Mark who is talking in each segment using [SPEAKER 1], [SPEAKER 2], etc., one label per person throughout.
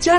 [SPEAKER 1] 嘉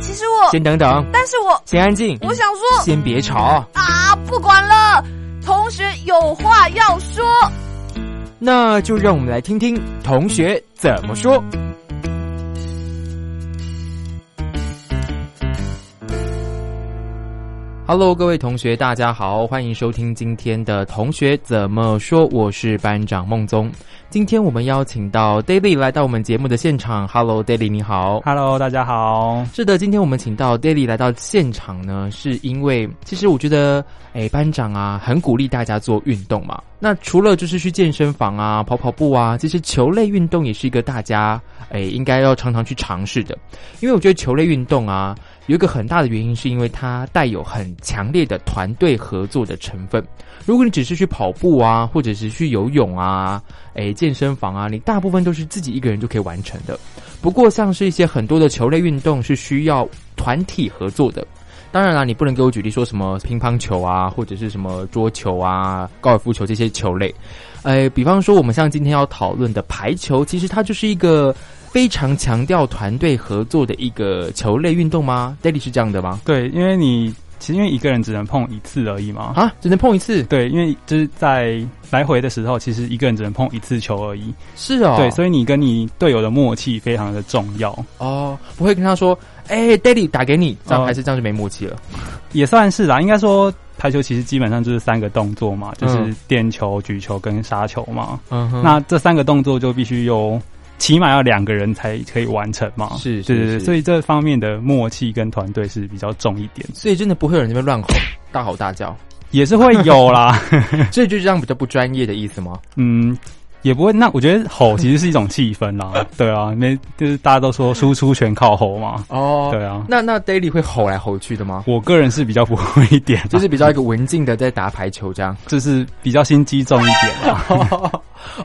[SPEAKER 2] 其实我，
[SPEAKER 3] 先等等，
[SPEAKER 2] 但是我
[SPEAKER 3] 先安静，
[SPEAKER 2] 我想说
[SPEAKER 3] 先别吵。
[SPEAKER 2] 啊，不管了，同学有话要说。
[SPEAKER 3] 那就让我们来听听同学怎么说。Hello，各位同学，大家好，欢迎收听今天的《同学怎么说》，我是班长孟宗。今天我们邀请到 Daily 来到我们节目的现场。Hello，Daily，你好。
[SPEAKER 4] Hello，大家好。
[SPEAKER 3] 是的，今天我们请到 Daily 来到现场呢，是因为其实我觉得，哎，班长啊，很鼓励大家做运动嘛。那除了就是去健身房啊、跑跑步啊，其实球类运动也是一个大家哎应该要常常去尝试的，因为我觉得球类运动啊，有一个很大的原因是因为它带有很强烈的团队合作的成分。如果你只是去跑步啊，或者是去游泳啊、哎健身房啊，你大部分都是自己一个人就可以完成的。不过，像是一些很多的球类运动是需要团体合作的。当然啦，你不能给我举例说什么乒乓球啊，或者是什么桌球啊、高尔夫球这些球类。呃，比方说我们像今天要讨论的排球，其实它就是一个非常强调团队合作的一个球类运动吗 d a d d y 是这样的吗？
[SPEAKER 4] 对，因为你其实因为一个人只能碰一次而已嘛。
[SPEAKER 3] 啊，只能碰一次？
[SPEAKER 4] 对，因为就是在来回的时候，其实一个人只能碰一次球而已。
[SPEAKER 3] 是哦，
[SPEAKER 4] 对，所以你跟你队友的默契非常的重要，
[SPEAKER 3] 哦，不会跟他说，哎、d a d d y 打给你，这样、
[SPEAKER 4] 哦
[SPEAKER 3] 还是这样就没默契了。
[SPEAKER 4] 也算是啦。应该说，排球其实基本上就是三个动作嘛，就是
[SPEAKER 3] 嗯
[SPEAKER 4] 颠球、举球跟杀球嘛。
[SPEAKER 3] 嗯哼
[SPEAKER 4] 那这三个动作就必须有起码要两个人才可以完成嘛。
[SPEAKER 3] 是是
[SPEAKER 4] 对对对，
[SPEAKER 3] 是
[SPEAKER 4] 所以这方面的默契跟团队是比较 重一点，
[SPEAKER 3] 所以真的不会有人在那边乱吼、大吼大叫。
[SPEAKER 4] 也是会有啦。
[SPEAKER 3] 所以就这样比较不专业的意思吗？
[SPEAKER 4] 嗯，也不会。那我觉得吼其实是一种气 氛啦，对啊，没就是大家都说输出全靠吼嘛，
[SPEAKER 3] 哦，
[SPEAKER 4] 对啊。
[SPEAKER 3] 那那 Daily 会吼来吼去的吗？
[SPEAKER 4] 我个人是比较不会一点啊，
[SPEAKER 3] 就是比较一个文静的在打排球这样。
[SPEAKER 4] 就是比较心机重一点啊 啦。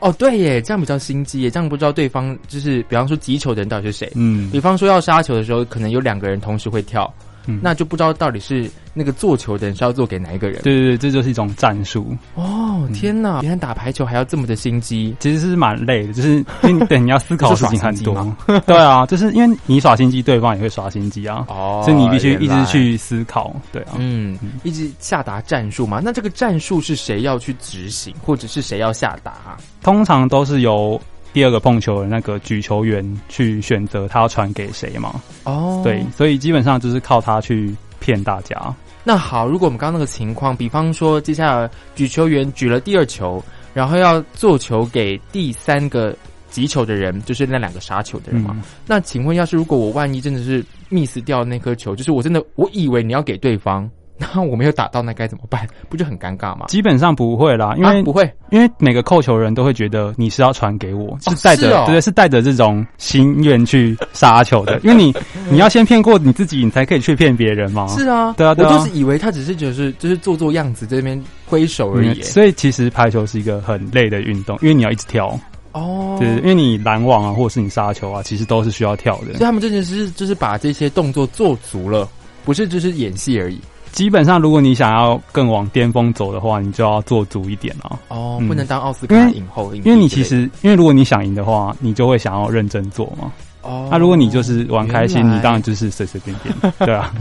[SPEAKER 3] 哦，对耶，这样比较心机耶，这样不知道对方就是，比方说击球的人到底是谁。
[SPEAKER 4] 嗯
[SPEAKER 3] 比方说要杀球的时候，可能有两个人同时会跳，
[SPEAKER 4] 嗯，
[SPEAKER 3] 那就不知道到底是那个做球的人是要做给哪一个人。
[SPEAKER 4] 对对对，这就是一种战术，
[SPEAKER 3] 哦，天哪！原来打排球还要这么的心机。
[SPEAKER 4] 其实是蛮累的，就是因为对你要思考的事情
[SPEAKER 3] 哦
[SPEAKER 4] 很
[SPEAKER 3] 这是耍心
[SPEAKER 4] 多。对啊，就是因为你耍心机，对方也会耍心机啊，
[SPEAKER 3] 哦
[SPEAKER 4] 所以你必须一
[SPEAKER 3] 原
[SPEAKER 4] 直
[SPEAKER 3] 来
[SPEAKER 4] 去思考。对啊，
[SPEAKER 3] 嗯，一直下达战术嘛。那这个战术是谁要去执行，或者是谁要下达啊、
[SPEAKER 4] 通常都是由第二个碰球的那个举球员去选择他要传给谁嘛。
[SPEAKER 3] 哦，
[SPEAKER 4] 对，所以基本上就是靠他去骗大家。
[SPEAKER 3] 那好，如果我们刚刚那个情况，比方说接下来举球员举了第二球，然后要做球给第三个击球的人，就是那两个杀球的人嘛。
[SPEAKER 4] 嗯，
[SPEAKER 3] 那请问，要是如果我万一真的是 miss 掉那颗球，就是我真的我以为你要给对方， 那我没有打到，那该怎么办？不就很尴尬吗？
[SPEAKER 4] 基本上不会啦，因为、
[SPEAKER 3] 啊、不会
[SPEAKER 4] 因为每个扣球人都会觉得你是要传给我，是
[SPEAKER 3] 哦
[SPEAKER 4] 带
[SPEAKER 3] 是
[SPEAKER 4] 着、
[SPEAKER 3] 哦
[SPEAKER 4] 对，是带着这种心愿去杀球 的，因为你你要先骗过你自己，你才可以去骗别人嘛。
[SPEAKER 3] 是啊，
[SPEAKER 4] 对啊对啊
[SPEAKER 3] 我就是以为他只是就是就是做做样子，在那边挥手而
[SPEAKER 4] 嗯
[SPEAKER 3] 已耶。
[SPEAKER 4] 所以其实排球是一个很累的运动，因为你要一直跳，
[SPEAKER 3] 哦，
[SPEAKER 4] 对，因为你拦网啊，或者是你杀球啊，其实都是需要跳
[SPEAKER 3] 所以
[SPEAKER 4] 的。
[SPEAKER 3] 他们真的是就是把这些动作做足了，不是就是演戏而已。
[SPEAKER 4] 基本上，如果你想要更往巅峰走的话，你就要做足一点啊，
[SPEAKER 3] 哦，
[SPEAKER 4] 嗯
[SPEAKER 3] 不能当奥斯卡
[SPEAKER 4] 因为
[SPEAKER 3] 影后，影帝
[SPEAKER 4] 因为你
[SPEAKER 3] 之类
[SPEAKER 4] 其
[SPEAKER 3] 的
[SPEAKER 4] 实，因为如果你想赢的话，你就会想要认真做嘛。
[SPEAKER 3] 哦，
[SPEAKER 4] 啊那、如果你就是玩开心，
[SPEAKER 3] 原来
[SPEAKER 4] 你当然就是随随便 便，对啊，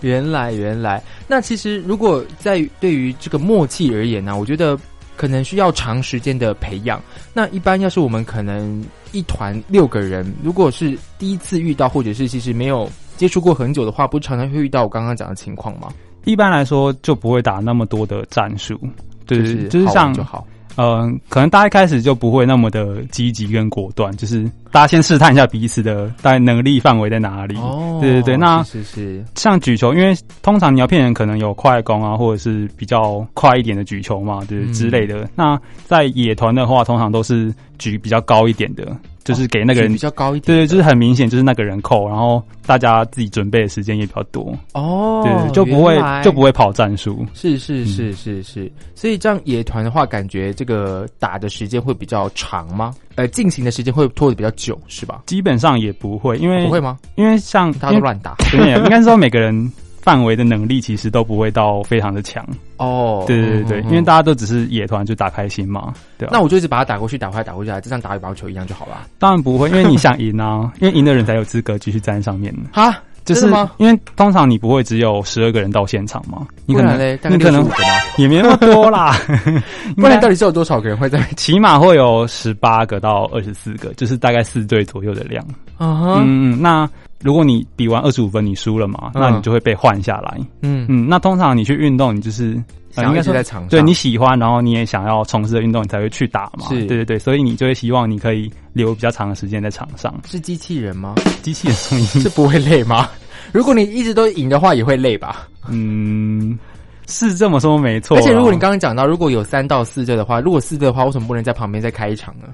[SPEAKER 3] 原来原来，那其实如果在于对于这个默契而言呢、啊我觉得可能需要长时间的培养。那一般要是我们可能一团六个人，如果是第一次遇到，或者是其实没有接触过很久的话，不常常会遇到我刚刚讲的情况吗？
[SPEAKER 4] 一般来说就不会打那么多的战术，对，
[SPEAKER 3] 是
[SPEAKER 4] 就是
[SPEAKER 3] 好玩
[SPEAKER 4] 像
[SPEAKER 3] 就好
[SPEAKER 4] 呃，可能大家一开始就不会那么的积极跟果断，就是大家先试探一下彼此的大概能力范围在哪里。
[SPEAKER 3] 哦
[SPEAKER 4] 对对对那
[SPEAKER 3] 是是是
[SPEAKER 4] 像举球，因为通常你要骗人，可能有快攻啊，或者是比较快一点的举球嘛，就是
[SPEAKER 3] 嗯
[SPEAKER 4] 之类的。那在野团的话，通常都是举比较高一点的，就是给那个人，
[SPEAKER 3] 是比较高一点
[SPEAKER 4] 对
[SPEAKER 3] 的，
[SPEAKER 4] 对，就是很明显就是那个人扣，然后大家自己准备的时间也比较多，
[SPEAKER 3] 哦，
[SPEAKER 4] 对对，就不会
[SPEAKER 3] 原来
[SPEAKER 4] 就不会跑战术。
[SPEAKER 3] 是是是是是，所以这样野团的话，感觉这个打的时间会比较长吗？呃，进行的时间会拖得比较久，是吧？
[SPEAKER 4] 基本上也不会，因为
[SPEAKER 3] 不会吗？
[SPEAKER 4] 因为像
[SPEAKER 3] 大家都乱打
[SPEAKER 4] 因为对应该是说每个人范围的能力其实都不会到非常的强，
[SPEAKER 3] 哦。
[SPEAKER 4] 对对对对，
[SPEAKER 3] 嗯
[SPEAKER 4] 因为大家都只是野团就打开心嘛，对啊
[SPEAKER 3] 那我就一直把它打过去，打回来，打过去，打，就像打羽毛球一样就好了。
[SPEAKER 4] 当然不会，因为你 想赢啊，因为赢的人才有资格继续站在上面。
[SPEAKER 3] 哈，
[SPEAKER 4] 就是
[SPEAKER 3] 真的吗
[SPEAKER 4] 因为通常你不会只有十二个人到现场嘛，你
[SPEAKER 3] 不
[SPEAKER 4] 可
[SPEAKER 3] 然
[SPEAKER 4] 能
[SPEAKER 3] 嘞，大概
[SPEAKER 4] 你可能
[SPEAKER 3] 65个
[SPEAKER 4] 嗯
[SPEAKER 3] 吗？
[SPEAKER 4] 也没那么多 啦，
[SPEAKER 3] 不然到底是有多少个人 会在？
[SPEAKER 4] 起码会有十八个到二十四个，就是大概四队左右的量。
[SPEAKER 3] 啊哈
[SPEAKER 4] 嗯嗯，那如果你比完二十五分你输了嘛，
[SPEAKER 3] 嗯
[SPEAKER 4] 那你就会被换下来。
[SPEAKER 3] 嗯，
[SPEAKER 4] 嗯，那通常你去运动，你就是、呃、
[SPEAKER 3] 想
[SPEAKER 4] 应
[SPEAKER 3] 要
[SPEAKER 4] 该
[SPEAKER 3] 一直
[SPEAKER 4] 说
[SPEAKER 3] 在场上，
[SPEAKER 4] 对你喜欢，然后你也想要从事的运动，你才会去打嘛。
[SPEAKER 3] 是
[SPEAKER 4] 对对对，所以你就会希望你可以留比较长的时间在场上。
[SPEAKER 3] 是机器人吗？
[SPEAKER 4] 机器人声音，
[SPEAKER 3] 是不会累吗？如果你一直都赢的话，也会累吧？
[SPEAKER 4] 嗯，是这么说没错啊。
[SPEAKER 3] 而且如果你刚刚讲到，如果有三到四队的话，如果四队的话，为什么不能在旁边再开一场呢？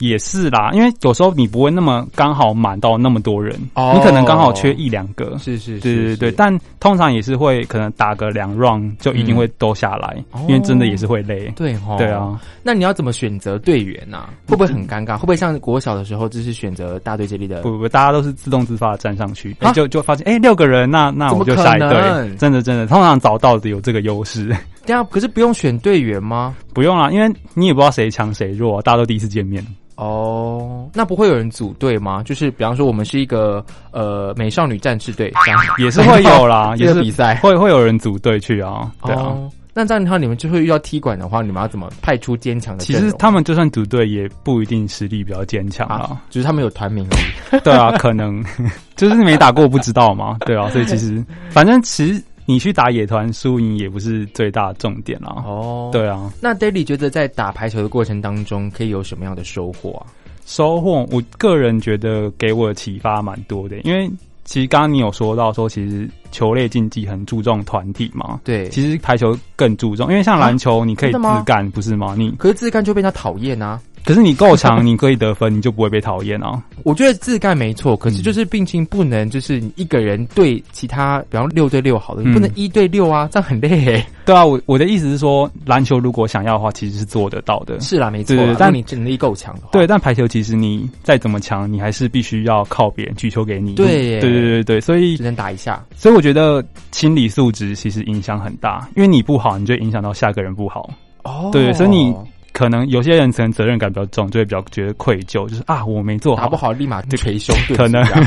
[SPEAKER 4] 也是啦，因为有时候你不会那么刚好满到那么多人，
[SPEAKER 3] 哦
[SPEAKER 4] 你可能刚好缺一两个。
[SPEAKER 3] 是是，
[SPEAKER 4] 对对对，但通常也是会可能打个两 round 就一定会都下来，
[SPEAKER 3] 嗯哦
[SPEAKER 4] 因为真的也是会累。
[SPEAKER 3] 对哦，
[SPEAKER 4] 对。啊，嗯
[SPEAKER 3] 那你要怎么选择队员呢、会不会很尴尬？会不会像国小的时候，就是选择大队接力的？
[SPEAKER 4] 不不，大家都是自动自发的站上去，
[SPEAKER 3] 啊
[SPEAKER 4] 哎就就发现哎、六个人，那那我就下一
[SPEAKER 3] 怎么可
[SPEAKER 4] 队
[SPEAKER 3] 能，
[SPEAKER 4] 真的真的，通常找到的有这个优势，
[SPEAKER 3] 对啊，可是不用选队员吗？
[SPEAKER 4] 不用啦，因为你也不知道谁强谁弱，啊大家都第一次 见面，
[SPEAKER 3] 哦，那不会有人组队吗？就是比方说，我们是一个呃美少女战士队，这样
[SPEAKER 4] 也是会 有
[SPEAKER 3] 这
[SPEAKER 4] 啦，啊也
[SPEAKER 3] 个
[SPEAKER 4] 是
[SPEAKER 3] 比赛。
[SPEAKER 4] 会会有人组队去啊，对啊。
[SPEAKER 3] 哦，那这样的话，你们就会遇到踢馆的话，你们要怎么派出坚强的
[SPEAKER 4] 其
[SPEAKER 3] 阵容？
[SPEAKER 4] 实他们就算组队，也不一定实力比较坚强
[SPEAKER 3] 啊
[SPEAKER 4] 啊。，
[SPEAKER 3] 就是他们有团名而已。
[SPEAKER 4] 对啊，可能 就是没打过不知道嘛。对啊，所以 其实反正其实你去打野团输赢也不是最大的重点啦。
[SPEAKER 3] 哦，
[SPEAKER 4] 对啊，
[SPEAKER 3] 那 Daily 觉得在打排球的过程当中，可以有什么样的收获啊？
[SPEAKER 4] 收获我个人觉得给我的启发蛮多的，因为其实刚刚你有说到说，其实球类竞技很注重团体嘛。
[SPEAKER 3] 对，
[SPEAKER 4] 其实排球更注重，因为像篮球你可以
[SPEAKER 3] 真的吗
[SPEAKER 4] 自干，不是吗？你
[SPEAKER 3] 可是自干就被人家讨厌啊。
[SPEAKER 4] 可是你够强，你可以得分，你就不会被讨厌啊。
[SPEAKER 3] 我觉得自干没
[SPEAKER 4] 嗯
[SPEAKER 3] 错，可是就是并情不能就是你一个人对其他，比方六对六好了，你
[SPEAKER 4] 嗯
[SPEAKER 3] 不能一对六啊，这样很累、欸。
[SPEAKER 4] 对啊，我我的意思是说，篮球如果想要的话， 其实是做得到的。
[SPEAKER 3] 是啦，没错啦，
[SPEAKER 4] 对对对
[SPEAKER 3] 但你能力够强的话，
[SPEAKER 4] 对，但排球其实你再怎么强，你还是必须要靠别人举球给你。
[SPEAKER 3] 对耶
[SPEAKER 4] 对对对对，所以
[SPEAKER 3] 只能打一下。
[SPEAKER 4] 所以我觉得心理素质其实影响很大，因为你不好，你就会影响到下个人不好。
[SPEAKER 3] 哦
[SPEAKER 4] 对所以你可能有些人可能责任感比较重，就会比较觉得愧疚，就是啊我没做好。
[SPEAKER 3] 打不好立马捶胸顿 足
[SPEAKER 4] 可能
[SPEAKER 3] 这样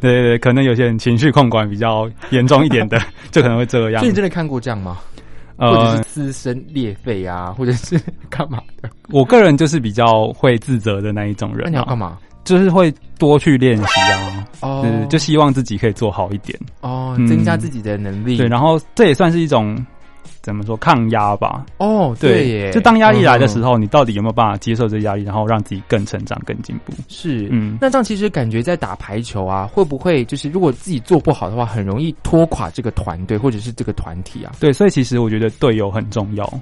[SPEAKER 4] 对对对，可能有些人情绪控管比较严重一点 的，就可能会这样
[SPEAKER 3] 所以。你真的看过这样吗？或者
[SPEAKER 4] 呃
[SPEAKER 3] 是，撕声裂肺啊，或者是 干嘛？
[SPEAKER 4] 我个人就是比较会自责的那一种人、啊。
[SPEAKER 3] 那你要干嘛？
[SPEAKER 4] 就是会多去练习啊，
[SPEAKER 3] 哦
[SPEAKER 4] 对，就希望自己可以做好一点。
[SPEAKER 3] 哦，
[SPEAKER 4] 嗯
[SPEAKER 3] 增加自己的能力。
[SPEAKER 4] 对，然后这也算是一种怎么说抗压吧。
[SPEAKER 3] 哦，对耶，
[SPEAKER 4] 就当压力来的时
[SPEAKER 3] 候、
[SPEAKER 4] 候，你到底有没有办法接受这个压力，然后让自己更成长、更进步？
[SPEAKER 3] 是。
[SPEAKER 4] 嗯，
[SPEAKER 3] 那这样其实感觉在打排球啊，会不会就是如果自己做不好的话，很容易拖垮这个团队或者是这个团体啊？
[SPEAKER 4] 对，所以其实我觉得队友很重要，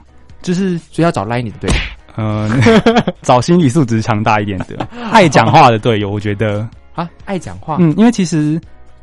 [SPEAKER 4] 就是
[SPEAKER 3] 所以要找赖你的队友。
[SPEAKER 4] 嗯， 找心理素质强大一点的、 爱讲话的队友，我觉得，
[SPEAKER 3] 啊，爱讲话。
[SPEAKER 4] 嗯，因为其实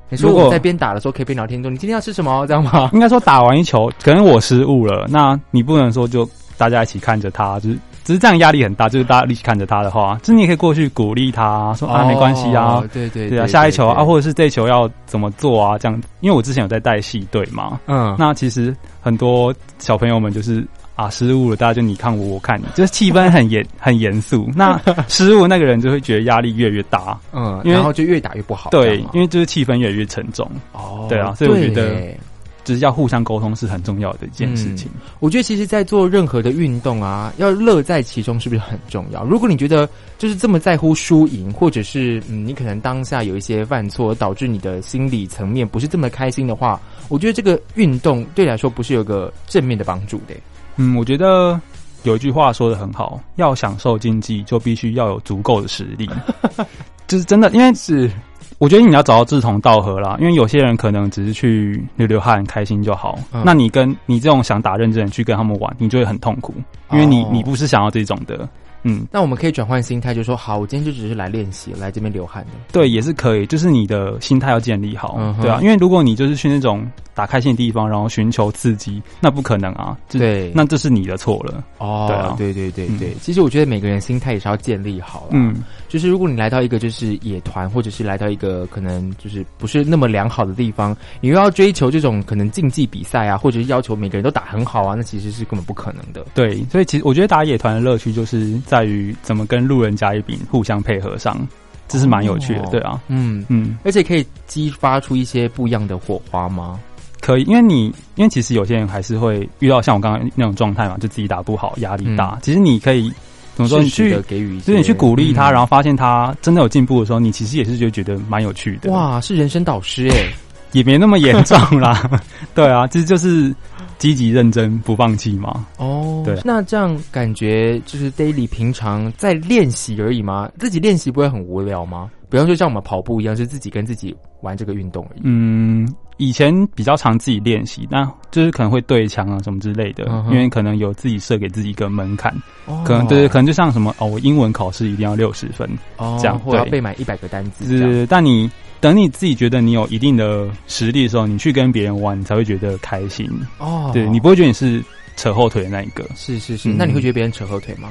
[SPEAKER 3] 你说
[SPEAKER 4] 如果
[SPEAKER 3] 我在边打的时候可以边聊天，说你今天要吃什么，这样吗？
[SPEAKER 4] 应该说打完一球，可能我失误了，那你不能说就大家一起看着他，就是只是这样压力很大，就是大家一起看着他的话，就是你也可以过去鼓励他，说 啊、没关系啊
[SPEAKER 3] 哦，，对对
[SPEAKER 4] 对啊，下一球啊，
[SPEAKER 3] 对
[SPEAKER 4] 或者是这一球要怎么做啊，这样，因为我之前有在带戏队嘛，
[SPEAKER 3] 嗯，
[SPEAKER 4] 那其实很多小朋友们就是。啊，失误了，大家就你看我，我看你，就是气氛很严，很严肃。那失误那个人就会觉得压力越来越大，
[SPEAKER 3] 嗯，
[SPEAKER 4] 因为
[SPEAKER 3] 然后就越打越不好。这
[SPEAKER 4] 对
[SPEAKER 3] 样吗，
[SPEAKER 4] 因为就是气氛越来越沉重，
[SPEAKER 3] 哦，
[SPEAKER 4] 对啊所以我觉得
[SPEAKER 3] 对耶
[SPEAKER 4] 就是要互相沟通是很重要的一件事情。
[SPEAKER 3] 我觉得其实，在做任何的运动啊，要乐在其中是不是很重要？如果你觉得就是这么在乎输赢，或者是嗯，你可能当下有一些犯错，导致你的心理层面不是这么开心的话，我觉得这个运动对你来说不是有个正面的帮助的。
[SPEAKER 4] 嗯嗯，我觉得有一句话说的很好，要享受竞技，就必须要有足够的实 力。就是真的，因为
[SPEAKER 3] 是
[SPEAKER 4] 我觉得你要找到志同道合啦，因为有些人可能只是去流流汗、开心就好。
[SPEAKER 3] 嗯
[SPEAKER 4] 那你跟你这种想打认真的人去跟他们玩，你就会很痛苦，因为你、
[SPEAKER 3] 哦
[SPEAKER 4] 你不是想要这种的。嗯，
[SPEAKER 3] 那我们可以转换心态，就说好，我今天就只是来练习，来这边流汗的。
[SPEAKER 4] 对，也是可以，就是你的心态要建立好，
[SPEAKER 3] 嗯哼
[SPEAKER 4] 对啊，因为如果你就是去那种打开心的地方，然后寻求刺激，那不可能啊，这
[SPEAKER 3] 对
[SPEAKER 4] 那这是你的错了，
[SPEAKER 3] 哦，
[SPEAKER 4] 对啊
[SPEAKER 3] 对对对对，其实我觉得每个人心态也是要建立好了。啊
[SPEAKER 4] 嗯，
[SPEAKER 3] 就是如果你来到一个就是野团，或者是来到一个可能就是不是那么良好的地方，你又要追求这种可能竞技比赛啊，或者是要求每个人都打很好啊，那其实是根本不可能的。
[SPEAKER 4] 对，所以其实我觉得打野团的乐趣就是在于怎么跟路人甲乙丙互相配合上，这是蛮有趣的，
[SPEAKER 3] 哦
[SPEAKER 4] 对啊，
[SPEAKER 3] 嗯，
[SPEAKER 4] 嗯，
[SPEAKER 3] 而且可以激发出一些不一样的火花吗？
[SPEAKER 4] 可以，因为你因为其实有些人还是会遇到像我刚刚那种状态嘛，就自己打不好，压力
[SPEAKER 3] 嗯
[SPEAKER 4] 大，其实你可以怎么说，你去
[SPEAKER 3] 的。给予一些，
[SPEAKER 4] 就是你去鼓励他，
[SPEAKER 3] 嗯
[SPEAKER 4] 然后发现他真的有进步的时候，你其实也是就觉得蛮有趣的。
[SPEAKER 3] 哇，是人生导师哎、
[SPEAKER 4] 也没那么严重啦。 对啊，这就是积极认真不放弃嘛。
[SPEAKER 3] 哦，
[SPEAKER 4] 对
[SPEAKER 3] 那这样感觉就是 Daily 平常在练习而已吗？自己练习不会很无聊吗？比方说像我们跑步一样，是自己跟自己玩这个运动而已。
[SPEAKER 4] 嗯，以前比较常自己练习，那就是可能会对墙啊什么之类的，
[SPEAKER 3] 嗯哼
[SPEAKER 4] 因为可能有自己设给自己一个门槛，
[SPEAKER 3] 哦
[SPEAKER 4] 嗯可能对，可能就像什么哦，我英文考试一定要六十分，
[SPEAKER 3] 哦
[SPEAKER 4] 这样
[SPEAKER 3] 或者要
[SPEAKER 4] 对
[SPEAKER 3] 背满一百个单词
[SPEAKER 4] 就
[SPEAKER 3] 这样。
[SPEAKER 4] 是但你等你自己觉得你有一定的实力的时候，你去跟别人玩，你才会觉得开心。
[SPEAKER 3] 哦，
[SPEAKER 4] 对你不会觉得你是扯后腿的那一个，
[SPEAKER 3] 是是是，
[SPEAKER 4] 嗯
[SPEAKER 3] 那你会觉得别人扯后腿吗？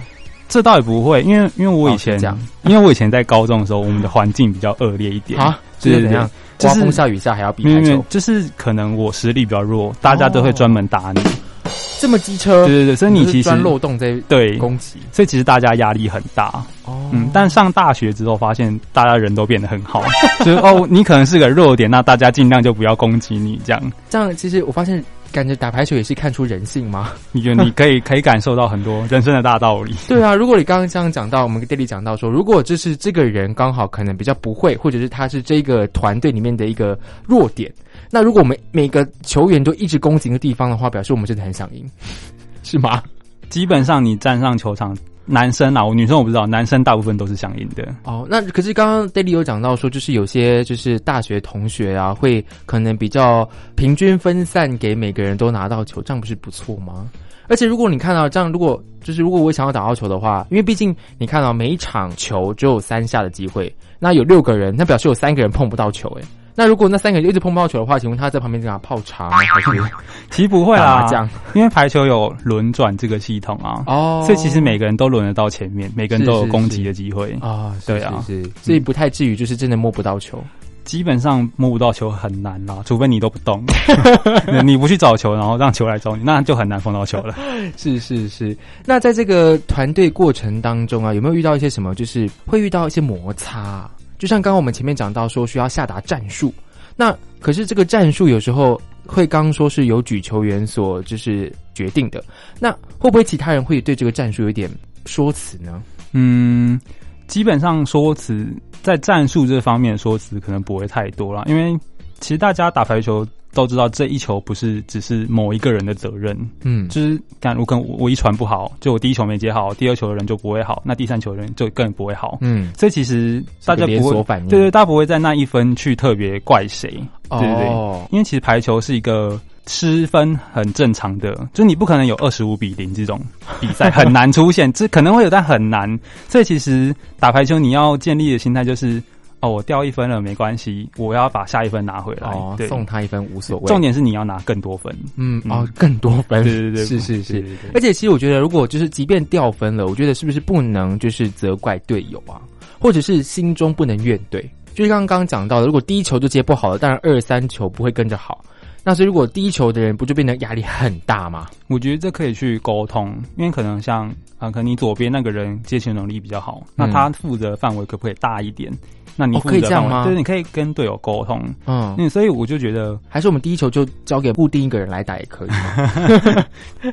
[SPEAKER 4] 这倒也不会，因为因为我以前
[SPEAKER 3] 哦是这样
[SPEAKER 4] 因为我以前在高中的时候，我们的环境比较恶劣一点，
[SPEAKER 3] 啊，
[SPEAKER 4] 对
[SPEAKER 3] 是
[SPEAKER 4] 对
[SPEAKER 3] 怎样？
[SPEAKER 4] 就
[SPEAKER 3] 刮
[SPEAKER 4] 是
[SPEAKER 3] 风下雨下还要比
[SPEAKER 4] 没有
[SPEAKER 3] 排
[SPEAKER 4] 没
[SPEAKER 3] 球
[SPEAKER 4] 有，，嗯就是可能我实力比较弱，大家都会专门打你。
[SPEAKER 3] 这么机车
[SPEAKER 4] 对，对对，所以你
[SPEAKER 3] 哦就是
[SPEAKER 4] 其实
[SPEAKER 3] 钻漏洞在
[SPEAKER 4] 对，
[SPEAKER 3] 攻击
[SPEAKER 4] 所以其实大家压力很大。
[SPEAKER 3] 哦
[SPEAKER 4] 嗯，但上大学之后发现大家人都变得很 好，就是哦，你可能是个弱点，那大家尽量就不要攻击你这样。
[SPEAKER 3] 这样其实我发现，感觉打排球也是看出人性吗？
[SPEAKER 4] 你觉得你可以 可以感受到很多人生的大道理。
[SPEAKER 3] 对啊，如果你刚刚这样讲到，我们跟 Daily 讲到说，如果这是这个人刚好可能比较不会，或者是他是这个团队里面的一个弱点，那如果我们每个球员都一直攻击一个地方的话，表示我们真的很想赢，是吗？
[SPEAKER 4] 基本上你站上球场，男生啊，我女生我不知道，男生大部分都是想赢的。
[SPEAKER 3] 哦，那可是刚刚 Daily 有讲到说，就是有些就是大学同学啊，会可能比较平均分散给每个人都拿到球，这样不是不错吗？而且如果你看到这样，如果就是如果我想要打到球的话，因为毕竟你看到每一场球只有三下的机会，那有六个人，那表示有三个人碰不到球、诶。那如果那三个人一直碰不到球的话，请问他在旁边干嘛泡茶吗？还是
[SPEAKER 4] 其实不会
[SPEAKER 3] 打麻
[SPEAKER 4] 啦，
[SPEAKER 3] 将？
[SPEAKER 4] 因为排球有轮转这个系统啊，
[SPEAKER 3] 哦
[SPEAKER 4] 所以其实每个人都轮得到前面，每个人都
[SPEAKER 3] 是
[SPEAKER 4] 有
[SPEAKER 3] 是
[SPEAKER 4] 攻击的机会。
[SPEAKER 3] 啊，是
[SPEAKER 4] 对啊
[SPEAKER 3] 是是，所以不太至于就是真的摸不到球。
[SPEAKER 4] 基本上摸不到球很难啦，除非你都不动， 你不去找球，然后让球来找你，那就很难碰到球 了。
[SPEAKER 3] 是是是，那在这个团队过程当中啊，有没有遇到一些什么，就是会遇到一些摩擦啊？就像刚刚我们前面讲到说需要下达战术，那可是这个战术有时候会刚刚说是由举球员所就是决定的，那会不会其他人会对这个战术有一点说辞呢？
[SPEAKER 4] 嗯，基本上说辞在战术这方面的说辞可能不会太多啦，因为其实大家打排球都知道，这一球不是只是某一个人的责任，
[SPEAKER 3] 嗯，
[SPEAKER 4] 就是但我可能我一传不好，就我第一球没接好，第二球的人就不会好，那第三球的人就更不会好。
[SPEAKER 3] 嗯，
[SPEAKER 4] 所以其实大
[SPEAKER 3] 是个
[SPEAKER 4] 家
[SPEAKER 3] 连
[SPEAKER 4] 不
[SPEAKER 3] 锁
[SPEAKER 4] 会，
[SPEAKER 3] 反应，
[SPEAKER 4] 对对，大家不会在那一分去特别怪谁，
[SPEAKER 3] 哦
[SPEAKER 4] 对对因为其实排球是一个失分很正常的，就是你不可能有二十五比零这种比 赛很难出现，这可能会有，但很难。所以其实打排球你要建立的心态就是，哦，我掉一分了没关系，我要把下一分拿回来。
[SPEAKER 3] 哦，
[SPEAKER 4] 对，
[SPEAKER 3] 送他一分无所谓。
[SPEAKER 4] 重点是你要拿更多分。
[SPEAKER 3] 嗯
[SPEAKER 4] 嗯
[SPEAKER 3] 哦，更多分，
[SPEAKER 4] 对对对，
[SPEAKER 3] 是是是
[SPEAKER 4] 对。对对
[SPEAKER 3] 而且其实我觉得，如果就是即便掉分了，我觉得是不是不能就是责怪队友啊，或者是心中不能怨队？就是刚刚讲到的，如果第一球就接不好了，当然二三球不会跟着好。那所以如果第一球的人不就变得压力很大吗？
[SPEAKER 4] 我觉得这可以去沟通，因为可能像啊、呃可能你左边那个人接球能力比较好，那他负责范围可不可以大一点？那你
[SPEAKER 3] 嗯哦
[SPEAKER 4] 负责
[SPEAKER 3] 可以这样
[SPEAKER 4] 范围
[SPEAKER 3] 吗
[SPEAKER 4] 对，你可以跟队友沟通。
[SPEAKER 3] 嗯，
[SPEAKER 4] 嗯，所以我就觉得
[SPEAKER 3] 还是我们第一球就交给固定一个人来打也可以，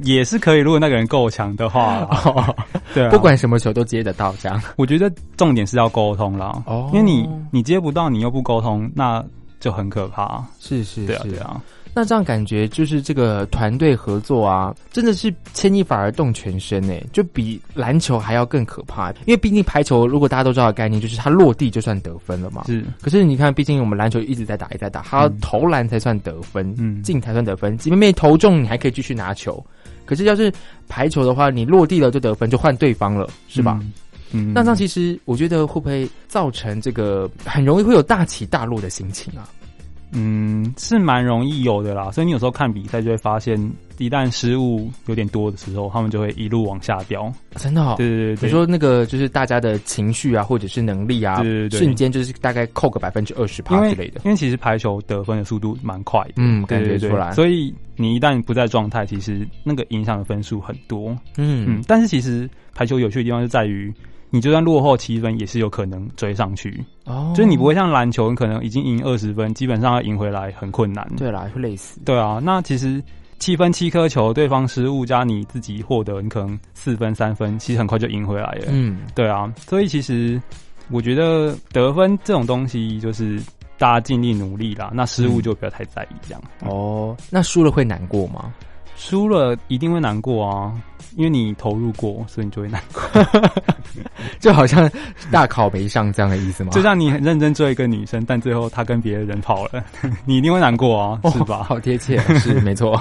[SPEAKER 4] 也是可以，如果那个人够强的话 啦， 对、啊，
[SPEAKER 3] 哦不，管什么球都接得到这样。
[SPEAKER 4] 我觉得重点是要沟通啦，
[SPEAKER 3] 哦
[SPEAKER 4] 因为你你接不到，你又不沟通，那就很可怕。
[SPEAKER 3] 是是
[SPEAKER 4] 对啊，对啊，
[SPEAKER 3] 那这样感觉就是这个团队合作啊，真的是牵一发而动全身诶、就比篮球还要更可怕。因为毕竟排球，如果大家都知道的概念，就是它落地就算得分了嘛。
[SPEAKER 4] 是
[SPEAKER 3] 可是你看，毕竟我们篮球一直在打，一直在打，他要
[SPEAKER 4] 嗯
[SPEAKER 3] 投篮才算得分，
[SPEAKER 4] 嗯
[SPEAKER 3] 进才算得分。即便没投中，你还可以继续拿球。可是要是排球的话，你落地了就得分，就换对方了，是吧？？
[SPEAKER 4] 嗯，
[SPEAKER 3] 那这样其
[SPEAKER 4] 实
[SPEAKER 3] 实我觉得会不会造成这个很容易会有大起大落的心情啊？
[SPEAKER 4] 嗯是蛮容易有的啦，所以你有时候看比赛就会发现，一旦失误有点多的时候，他们就会一路往下掉。
[SPEAKER 3] 真的、哦，
[SPEAKER 4] 对对对
[SPEAKER 3] 你
[SPEAKER 4] 对，
[SPEAKER 3] 说那个就是大家的情绪啊，或者是能力啊，
[SPEAKER 4] 对对对
[SPEAKER 3] 瞬间就是大概扣个百分之二十
[SPEAKER 4] 因
[SPEAKER 3] 趴
[SPEAKER 4] 为
[SPEAKER 3] 之类的，
[SPEAKER 4] 因为其实排球得分的速度蛮快的，
[SPEAKER 3] 嗯，感觉
[SPEAKER 4] 对对
[SPEAKER 3] 出来，
[SPEAKER 4] 对所以你一旦不在状态，其实那个影响的分数很多。嗯
[SPEAKER 3] 嗯，，
[SPEAKER 4] 但是其实排球有趣的地方是在于，你就算落后七分，也是有可能追上去。
[SPEAKER 3] 哦
[SPEAKER 4] 就是你不会像篮球，你可能已经赢二十分，基本上要赢回来很困难。
[SPEAKER 3] 对啦，会累死，
[SPEAKER 4] 对啊，那其实七分七颗球，对方失误加你自己获得，你可能四分三分，其实很快就赢回来了。
[SPEAKER 3] 嗯，
[SPEAKER 4] 对啊，所以其实我觉得得分这种东西就是。大家尽力努力啦，那失误就不要太在意，这样。
[SPEAKER 3] 哦，那输了会难过吗？
[SPEAKER 4] 输了一定会难过啊，因为你投入过，所以你就会难过。
[SPEAKER 3] 就好像大考没上这样的意思吗？
[SPEAKER 4] 就像 你很认真追一个女生，但最后她跟别的人跑 了，你一定会难过啊，
[SPEAKER 3] 哦
[SPEAKER 4] 是吧？
[SPEAKER 3] 好贴切，是没错。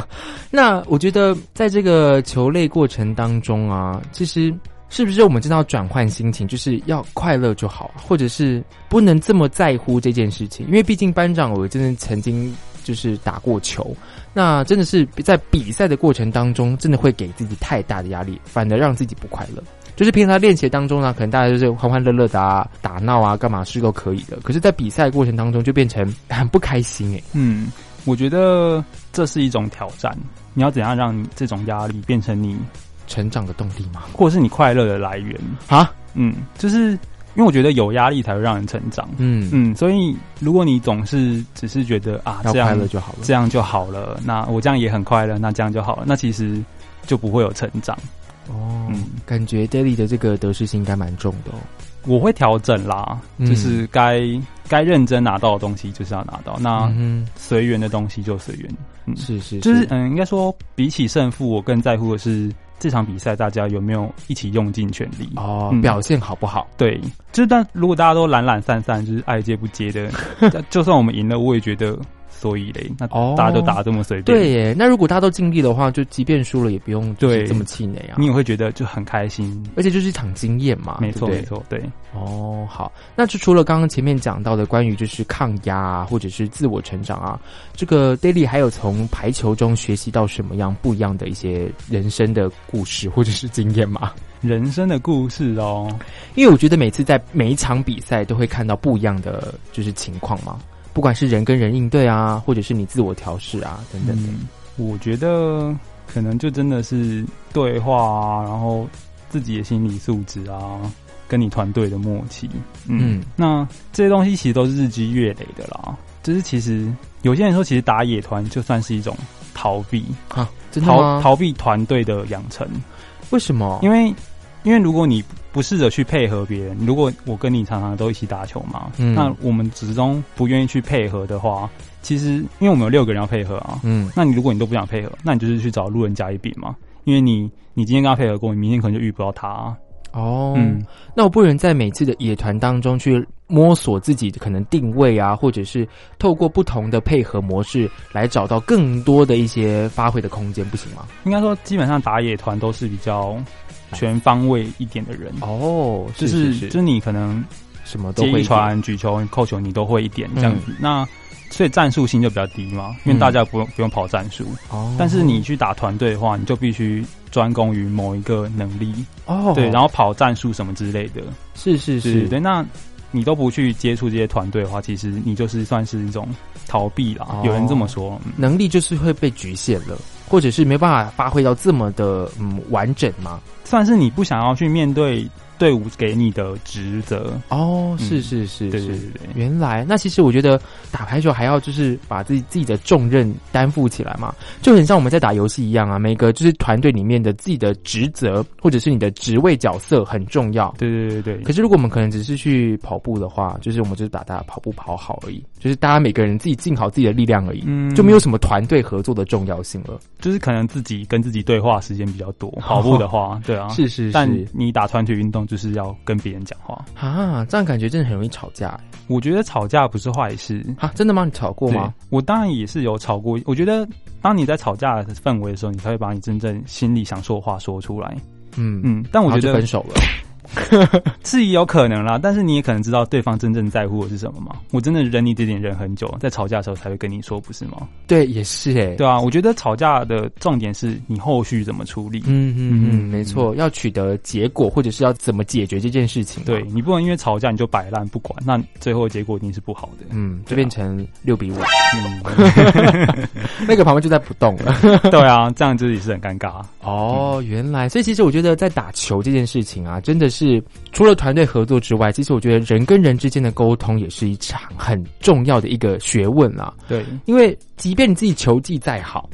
[SPEAKER 3] 那我觉得在这个球类过程当中啊，其实是不是我们真的要转换心情，就是要快乐就好，或者是不能这么在乎这件事情？因为毕竟班长，我真的曾经就是打过球，那真的是在比赛的过程当中，真的会给自己太大的压力，反而让自己不快乐。就是平常练习当中呢，啊可能大家就是欢欢乐乐的啊，打闹啊，干嘛事都可以的。可是，在比赛过程当中就变成很不开心诶、欸
[SPEAKER 4] 嗯，我觉得这是一种挑战。你要怎样让你这种压力变成你，
[SPEAKER 3] 成长的动力吗？
[SPEAKER 4] 或者是你快乐的来源？
[SPEAKER 3] 啊，
[SPEAKER 4] 嗯，就是因为我觉得有压力才会让人成长。
[SPEAKER 3] 嗯，
[SPEAKER 4] 嗯，所以如果你总是只是觉得啊
[SPEAKER 3] 要
[SPEAKER 4] 这
[SPEAKER 3] 快
[SPEAKER 4] 样
[SPEAKER 3] 乐就好了。
[SPEAKER 4] 这样就好了，那我这样也很快乐，那这样就好了，那其实就不会有成长。
[SPEAKER 3] 哦，
[SPEAKER 4] 嗯
[SPEAKER 3] 感觉 Daily 的这个得失心应该蛮重的哦。
[SPEAKER 4] 我会调整啦，
[SPEAKER 3] 嗯
[SPEAKER 4] 就是该该认真拿到的东西就是要拿到，那
[SPEAKER 3] 嗯
[SPEAKER 4] 随缘的东西就随缘。嗯
[SPEAKER 3] 哼，是是，
[SPEAKER 4] 就是嗯，应该说比起胜负，我更在乎的是这场比赛大家有没有一起用尽全力。
[SPEAKER 3] 哦，
[SPEAKER 4] 嗯
[SPEAKER 3] 表现好不好？
[SPEAKER 4] 对，就是但如果大家都懒懒散散，就是爱接不接的， 那就算我们赢了，我也觉得所以嘞，那
[SPEAKER 3] 哦
[SPEAKER 4] 大家都打得这么随便，
[SPEAKER 3] 对耶，那如果大家都尽力的话，就即便输了也不用就是
[SPEAKER 4] 对
[SPEAKER 3] 这么气馁啊
[SPEAKER 4] 你。也会觉得就很开心。
[SPEAKER 3] 而且就是一场经验嘛，
[SPEAKER 4] 没错，
[SPEAKER 3] 啊对
[SPEAKER 4] 没
[SPEAKER 3] 不对
[SPEAKER 4] 错，对，
[SPEAKER 3] 哦，好，那就除了刚刚前面讲到的关于就是抗压啊，或者是自我成长啊，这个 Daily 还有从排球中学习到什么样不一样的一些人生的故事或者是经验吗？
[SPEAKER 4] 人生的故事哦，
[SPEAKER 3] 因为我觉得每次在每一场比赛都会看到不一样的就是情况嘛，不管是人跟人应对啊，或者是你自我调试啊等等的。
[SPEAKER 4] 嗯，我觉得可能就真的是对话啊，然后自己的心理素质啊，跟你团队的默契，嗯，
[SPEAKER 3] 嗯
[SPEAKER 4] 那这些东西其实都是日积月累的啦。就是其实有些人说，其实打野团就算是一种逃避，
[SPEAKER 3] 啊，真的
[SPEAKER 4] 逃
[SPEAKER 3] 吗？
[SPEAKER 4] 逃避团队的养成，
[SPEAKER 3] 为什么？
[SPEAKER 4] 因为因为如果你不试着去配合别人，如果我跟你常常都一起打球嘛，
[SPEAKER 3] 嗯
[SPEAKER 4] 那我们始终不愿意去配合的话，其实因为我们有六个人要配合啊，
[SPEAKER 3] 嗯
[SPEAKER 4] 那你如果你都不想配合，那你就是去找路人甲乙丙嘛，因为你你今天跟他配合过，你明天可能就遇不到他啊、
[SPEAKER 3] 哦，
[SPEAKER 4] 嗯，
[SPEAKER 3] 那我不能在每次的野团当中去摸索自己的可能定位啊，或者是透过不同的配合模式来找到更多的一些发挥的空间，不行吗？
[SPEAKER 4] 应该说基本上打野团都是比较全方位一点的人，
[SPEAKER 3] 哦，
[SPEAKER 4] 就是就是你可能
[SPEAKER 3] 什么都
[SPEAKER 4] 接
[SPEAKER 3] 会嗯
[SPEAKER 4] 一传、举球、扣球你都会一点这样子，那所以战术性就比较低嘛，因为大家不用、不用跑战术，
[SPEAKER 3] 哦，
[SPEAKER 4] 但是你去打团队的话，你就必须专攻于某一个能力，
[SPEAKER 3] 哦，
[SPEAKER 4] 对，然
[SPEAKER 3] 后
[SPEAKER 4] 后跑战术什么之类的，
[SPEAKER 3] 是是
[SPEAKER 4] 是
[SPEAKER 3] 是，
[SPEAKER 4] 对。那你都不去接触这些团队的话，其实你就是算是一种逃避啦。
[SPEAKER 3] 哦
[SPEAKER 4] 有人这么说，嗯
[SPEAKER 3] 能力就是会被局限了。或者是没办法发挥到这么的嗯完整嘛？
[SPEAKER 4] 算是你不想要去面对队伍给你的职责。
[SPEAKER 3] 哦，是
[SPEAKER 4] 嗯
[SPEAKER 3] 是是
[SPEAKER 4] 对
[SPEAKER 3] 是
[SPEAKER 4] 对对对。
[SPEAKER 3] 原来，那其实我觉得打排球还要就是把自己自己的重任担负起来嘛，就很像我们在打游戏一样啊。每个就是团队里面的自己的职责或者是你的职位角色很重要。
[SPEAKER 4] 对对对对
[SPEAKER 3] 可
[SPEAKER 4] 对，
[SPEAKER 3] 是如果我们可能只是去跑步的话，就是我们就是把大家跑步跑好而已，就是大家每个人自己尽好自己的力量而已，
[SPEAKER 4] 嗯
[SPEAKER 3] 就没有什么团队合作的重要性了。
[SPEAKER 4] 就是可能自己跟自己对话时间比较多，跑步的话，对啊，
[SPEAKER 3] 是是
[SPEAKER 4] 但
[SPEAKER 3] 是
[SPEAKER 4] 你打团体运动就是要跟别人讲话。
[SPEAKER 3] 啊，这样感觉真的很容易吵架欸
[SPEAKER 4] 我觉得吵架不是坏事，
[SPEAKER 3] 啊！真的吗？你吵过
[SPEAKER 4] 对
[SPEAKER 3] 吗？？
[SPEAKER 4] 我当然也是有吵过。我觉得当你在吵架的氛围的时候，你才会把你真正心里想说的话说出来。
[SPEAKER 3] 嗯嗯，
[SPEAKER 4] 嗯，但我
[SPEAKER 3] 然后
[SPEAKER 4] 觉
[SPEAKER 3] 就
[SPEAKER 4] 得
[SPEAKER 3] 分手了。
[SPEAKER 4] 是有可能啦，但是你也可能知道对方真正在乎的是什么嘛。我真的忍你这点忍很久，在吵架的时候才会跟你说，不是吗？
[SPEAKER 3] 对，也是哎、
[SPEAKER 4] 对啊，我觉得吵架的重点是你后续怎么处理。
[SPEAKER 3] 嗯嗯嗯，
[SPEAKER 4] 嗯
[SPEAKER 3] 没错，要取得结果，或者是要怎么解决这件事情、
[SPEAKER 4] 对，你不能因为吵架你就摆烂不管，那最后的结果一定是不好的。
[SPEAKER 3] 嗯，就
[SPEAKER 4] 对啊
[SPEAKER 3] 变成六比五，
[SPEAKER 4] 嗯，
[SPEAKER 3] 那个旁边就在不动了。
[SPEAKER 4] 对啊，这样就是也是很尴尬。啊
[SPEAKER 3] 哦，原来，所以其实我觉得在打球这件事情啊，真的是除了团队合作之外，其实我觉得人跟人之间的沟通也是一场很重要的一个学问啦。
[SPEAKER 4] 对，
[SPEAKER 3] 因为即便你自己球技再好，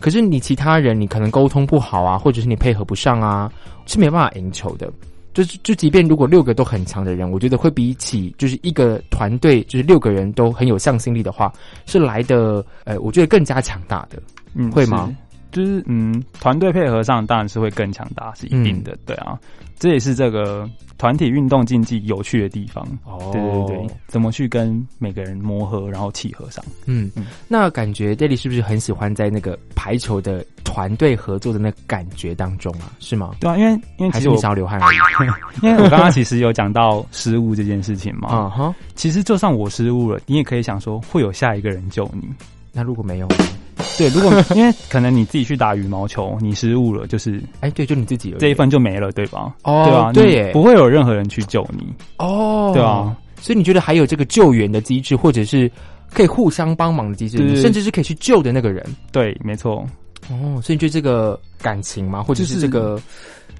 [SPEAKER 3] 可是你其他人你可能沟通不好啊，或者是你配合不上啊，是没办法赢球的。就是就即便如果六个都很强的人，我觉得会比起就是一个团队就是六个人都很有向心力的话，是来的呃，我觉得更加强大的。
[SPEAKER 4] 嗯，
[SPEAKER 3] 会吗
[SPEAKER 4] 是？就是嗯，团队配合上当然是会更强大，是一
[SPEAKER 3] 嗯
[SPEAKER 4] 定的。对啊，这也是这个团体运动竞技有趣的地方。
[SPEAKER 3] 哦
[SPEAKER 4] 对对对，怎么去跟每个人磨合，然后契合上？
[SPEAKER 3] 嗯
[SPEAKER 4] 嗯，
[SPEAKER 3] 那感觉 Daddy 是不是很喜欢在那个排球的团队合作的那个感觉当中啊？是吗？
[SPEAKER 4] 对啊，因为因为
[SPEAKER 3] 还是
[SPEAKER 4] 其实
[SPEAKER 3] 你
[SPEAKER 4] 我
[SPEAKER 3] 想要流汗而已？
[SPEAKER 4] 因为我刚刚其实有讲到失误这件事情嘛，
[SPEAKER 3] 啊哈，
[SPEAKER 4] 其实就算我失误了，你也可以想说会有下一个人救你。
[SPEAKER 3] 那如果没有，
[SPEAKER 4] 对， 如果因为可能你自己去打羽毛球，你失误了，就是
[SPEAKER 3] 哎，对，就你自己而已
[SPEAKER 4] 这一份就没了，对吧？
[SPEAKER 3] 哦，
[SPEAKER 4] 对啊，
[SPEAKER 3] 对
[SPEAKER 4] 你
[SPEAKER 3] 耶
[SPEAKER 4] 不会有任何人去救你。
[SPEAKER 3] 哦，
[SPEAKER 4] 对啊，
[SPEAKER 3] 所以你觉得还有这个救援的机制，或者是可以互相帮忙的机制，
[SPEAKER 4] 对对
[SPEAKER 3] 你
[SPEAKER 4] 对
[SPEAKER 3] 甚至是可以去救的那个人。
[SPEAKER 4] 对，没错，
[SPEAKER 3] 哦，所以你觉得这个感情吗，或者是
[SPEAKER 4] 就
[SPEAKER 3] 这
[SPEAKER 4] 是
[SPEAKER 3] 个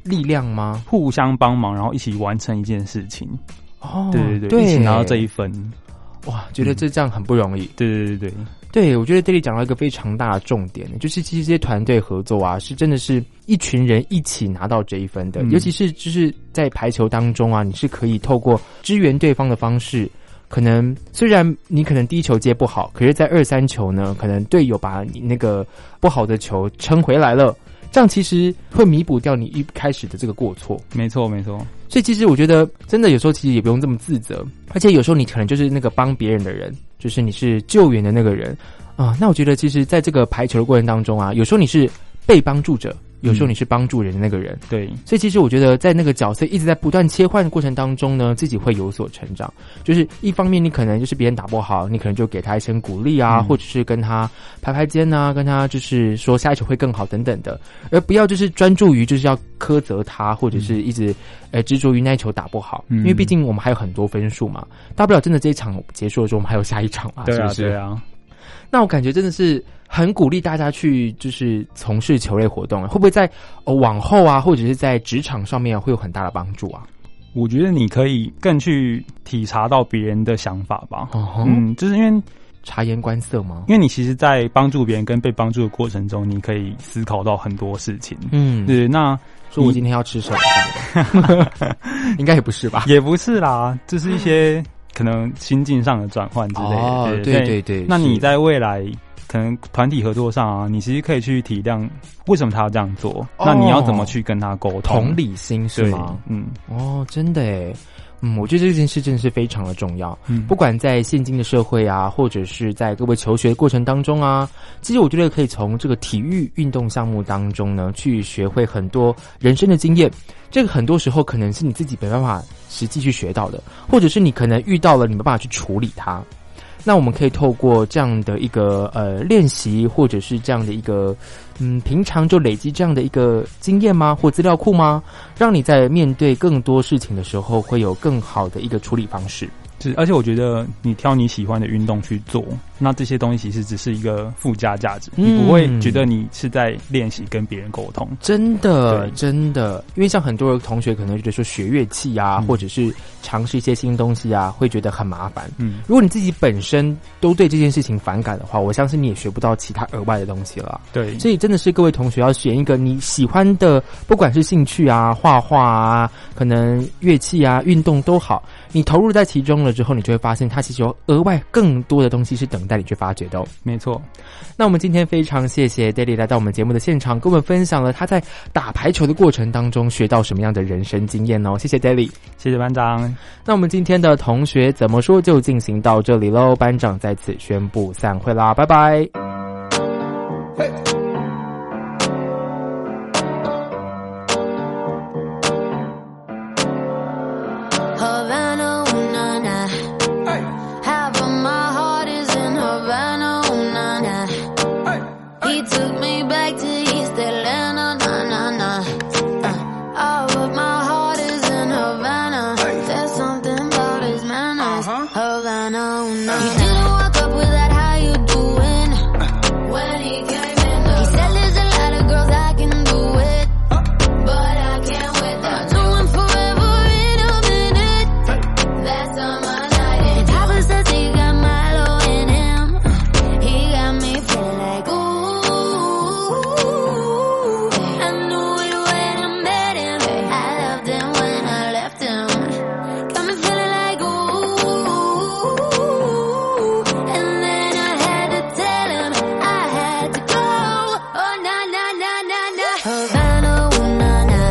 [SPEAKER 3] 力量吗？
[SPEAKER 4] 互相帮忙，然后一起完成一件事情。
[SPEAKER 3] 哦，
[SPEAKER 4] 对
[SPEAKER 3] 对，
[SPEAKER 4] 对
[SPEAKER 3] 嗯
[SPEAKER 4] 对，一起拿到这一分。
[SPEAKER 3] 哇，觉得这这样很不容易。
[SPEAKER 4] 对对对对，
[SPEAKER 3] 对，我觉得这里讲到一个非常大的重点，就是其实这些团队合作啊，是真的是一群人一起拿到这一分的。
[SPEAKER 4] 嗯
[SPEAKER 3] 尤其是就是在排球当中啊，你是可以透过支援对方的方式，可能虽然你可能第一球接不好，可是在二三球呢，可能队友把你那个不好的球撑回来了，这样其实会弥补掉你一开始的这个过错。
[SPEAKER 4] 没错没错。
[SPEAKER 3] 所以其实我觉得，真的有时候其实也不用这么自责，而且有时候你可能就是那个帮别人的人，就是你是救援的那个人啊。那我觉得，其实在这个排球的过程当中啊，有时候你是被帮助者，有时候你是帮助人的那个人。
[SPEAKER 4] 对，
[SPEAKER 3] 所以其实我觉得，在那个角色一直在不断切换的过程当中呢，自己会有所成长。就是一方面，你可能就是别人打不好，你可能就给他一声鼓励啊，
[SPEAKER 4] 嗯
[SPEAKER 3] 或者是跟他拍拍肩啊，跟他就是说下一球会更好等等的，而不要就是专注于就是要苛责他，或者是一直呃执着于那一球打不好，
[SPEAKER 4] 嗯
[SPEAKER 3] 因为毕竟我们还有很多分数嘛，大不了真的这一场结束的时候，我们还有下一场嘛，
[SPEAKER 4] 对
[SPEAKER 3] 是
[SPEAKER 4] 啊
[SPEAKER 3] 不是？
[SPEAKER 4] 对啊。
[SPEAKER 3] 那我感觉真的是很鼓励大家去就是从事球类活动，会不会在、呃、往后啊，或者是在职场上面啊会有很大的帮助啊？
[SPEAKER 4] 我觉得你可以更去体察到别人的想法吧。
[SPEAKER 3] 哦、嗯，
[SPEAKER 4] 嗯，就是因为
[SPEAKER 3] 察言观色吗？
[SPEAKER 4] 因为你其实，在帮助别人跟被帮助的过程中，你可以思考到很多事情。
[SPEAKER 3] 嗯，
[SPEAKER 4] 对，那
[SPEAKER 3] 说我今天要吃什么？应该也不是吧？
[SPEAKER 4] 也不是啦，就是一些可能心境上的转换之类的。
[SPEAKER 3] 哦，对对对，
[SPEAKER 4] 那你
[SPEAKER 3] 是
[SPEAKER 4] 在未来可能团体合作上啊，你其实可以去体谅为什么他要这样做，
[SPEAKER 3] 哦
[SPEAKER 4] 那你要怎么去跟他沟通？
[SPEAKER 3] 同理心是
[SPEAKER 4] 对
[SPEAKER 3] 吗？？
[SPEAKER 4] 嗯，
[SPEAKER 3] 哦，真的诶，嗯，我觉得这件事真的是非常的重要。
[SPEAKER 4] 嗯
[SPEAKER 3] 不管在现今的社会啊，或者是在各位求学的过程当中啊，其实我觉得可以从这个体育运动项目当中呢，去学会很多人生的经验。这个很多时候可能是你自己没办法实际去学到的，或者是你可能遇到了你没办法去处理它。那我们可以透过这样的一个呃练习，或者是这样的一个嗯平常就累积这样的一个经验吗？或资料库吗？让你在面对更多事情的时候，会有更好的一个处理方式。
[SPEAKER 4] 是，而且我觉得你挑你喜欢的运动去做，那这些东西其实只是一个附加价值，
[SPEAKER 3] 嗯
[SPEAKER 4] 你不会觉得你是在练习跟别人沟通。
[SPEAKER 3] 真的
[SPEAKER 4] 对
[SPEAKER 3] 真的，因为像很多同学可能觉得说学乐器啊，
[SPEAKER 4] 嗯
[SPEAKER 3] 或者是尝试一些新东西啊，会觉得很麻烦。
[SPEAKER 4] 嗯，
[SPEAKER 3] 如果你自己本身都对这件事情反感的话，我相信你也学不到其他额外的东西了。
[SPEAKER 4] 对，
[SPEAKER 3] 所以真的是各位同学要选一个你喜欢的，不管是兴趣啊、画画啊、可能乐器啊、运动都好，你投入在其中了之后，你就会发现它其实有额外更多的东西是等待你去发掘的哦。
[SPEAKER 4] 没错。
[SPEAKER 3] 那我们今天非常谢谢 Daily 来到我们节目的现场，跟我们分享了他在打排球的过程当中学到什么样的人生经验哦。谢谢 Daily。
[SPEAKER 4] 谢谢班长，
[SPEAKER 3] 那我们今天的同学怎么说就进行到这里喽，班长在此宣布散会啦，拜拜。
[SPEAKER 5] Havana, oh, ooh, nah, nah. Half of my heart is in Havana, ooh, nah, nah. He took me back to East Atlanta, nah, nah, nah. Uh, all of my heart is in Havana. There's something about his manners. Havana, ooh, nah, nah. He didn't walk up with that, how you doing? When he came in, he said there's a lot of girls I can do it. But I can't wait. I'm doing forever in a minute. That's on my night. And Papa says he got Milo in him. He got me feeling like ooh. I knew it when I met him. I loved him when I left him. Got me feeling like ooh. And then I had to tell him I had to go. Oh na na na na na. Havana, ooh na na.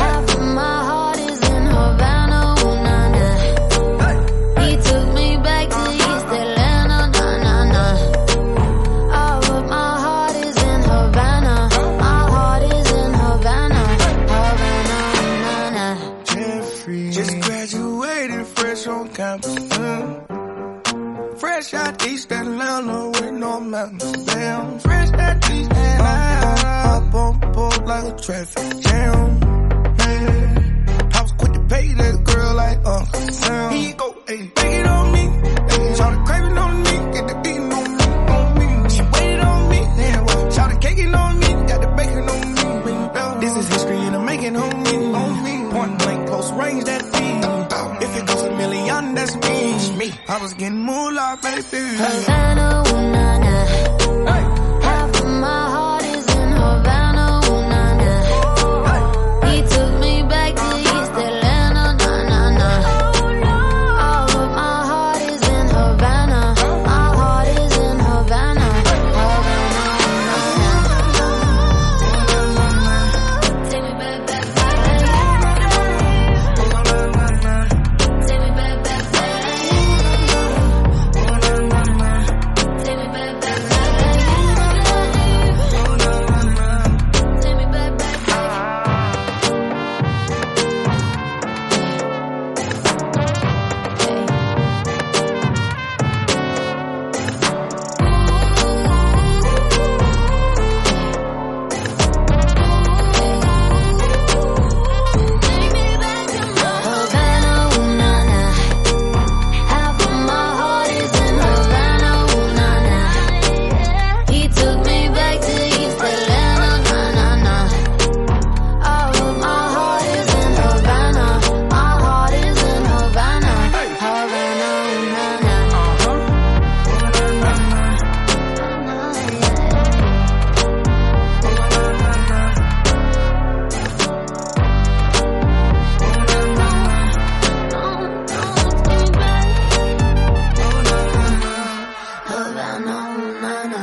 [SPEAKER 5] Half of my heart is in Havana, ooh, nah, nah. He took me back to East Atlanta, nah, nah, nah. All of my heart is in Havana. My heart is in Havana. Havana, ooh, nah, nah.
[SPEAKER 6] Jeffrey. Just graduated fresh on campus. mm. Fresh out East Atlanta with no mountains. Damn, fresh out East Atlanta. Up on the boat like a traffic jam. Man, I was quick to pay that girl like Uncle Sam. He go, hey, bake it on me. Hey, shout the craving on me. Get the beating on me, on me. She waited on me. Damn, well, shout the caking on me. Got the bacon on me. This is history and I'm making homie. On me. Point blank, close range, that beat. If it goes a million, that's me. me. I was getting more like baby.
[SPEAKER 5] Havana, ooh, nah, nah. oh, Half of my heart is in Havana, ooh, nah, nah. He took me back to East Atlanta, nah, nah, nah. All of my heart is in Havana. My heart is in oh, Havana. Havana, ooh, nah, nah. Take me back, back, back. Take me back, back, back. Take me back, back, back. Take me back, back, back. Take me back to Havana, ooh na na. Half of my heart is in Havana, ooh na na. He took me back to East Atlanta, na na na. All of my heart is in Havana, my heart is in Havana, Havana, ooh na na. Havana, ooh na na.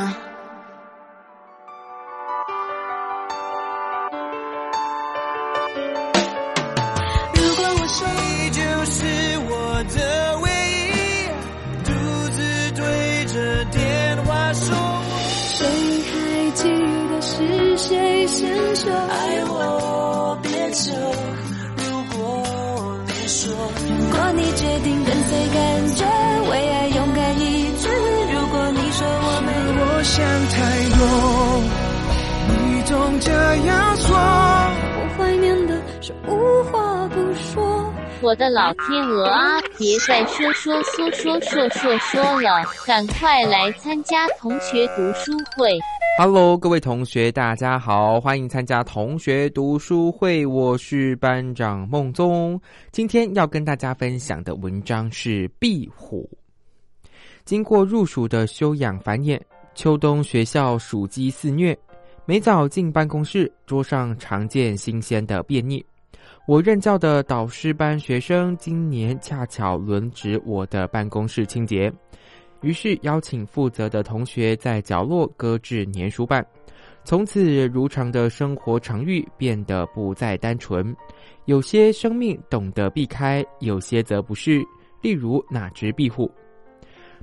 [SPEAKER 7] 我的老天鹅啊！别再说说说说说说说了，赶快来参加同学读书会。
[SPEAKER 3] Hello，各位同学，大家好，欢迎参加同学读书会，我是班长孟宗。今天要跟大家分享的文章是《壁虎》。经过入暑的休养繁衍，秋冬学校暑鸡肆虐。每早进办公室，桌上常见新鲜的便溺。我任教的导师班学生今年恰巧轮值我的办公室清洁。于是邀请负责的同学在角落搁置粘鼠板，从此如常的生活场域变得不再单纯。有些生命懂得避开，有些则不是，例如哪只壁虎。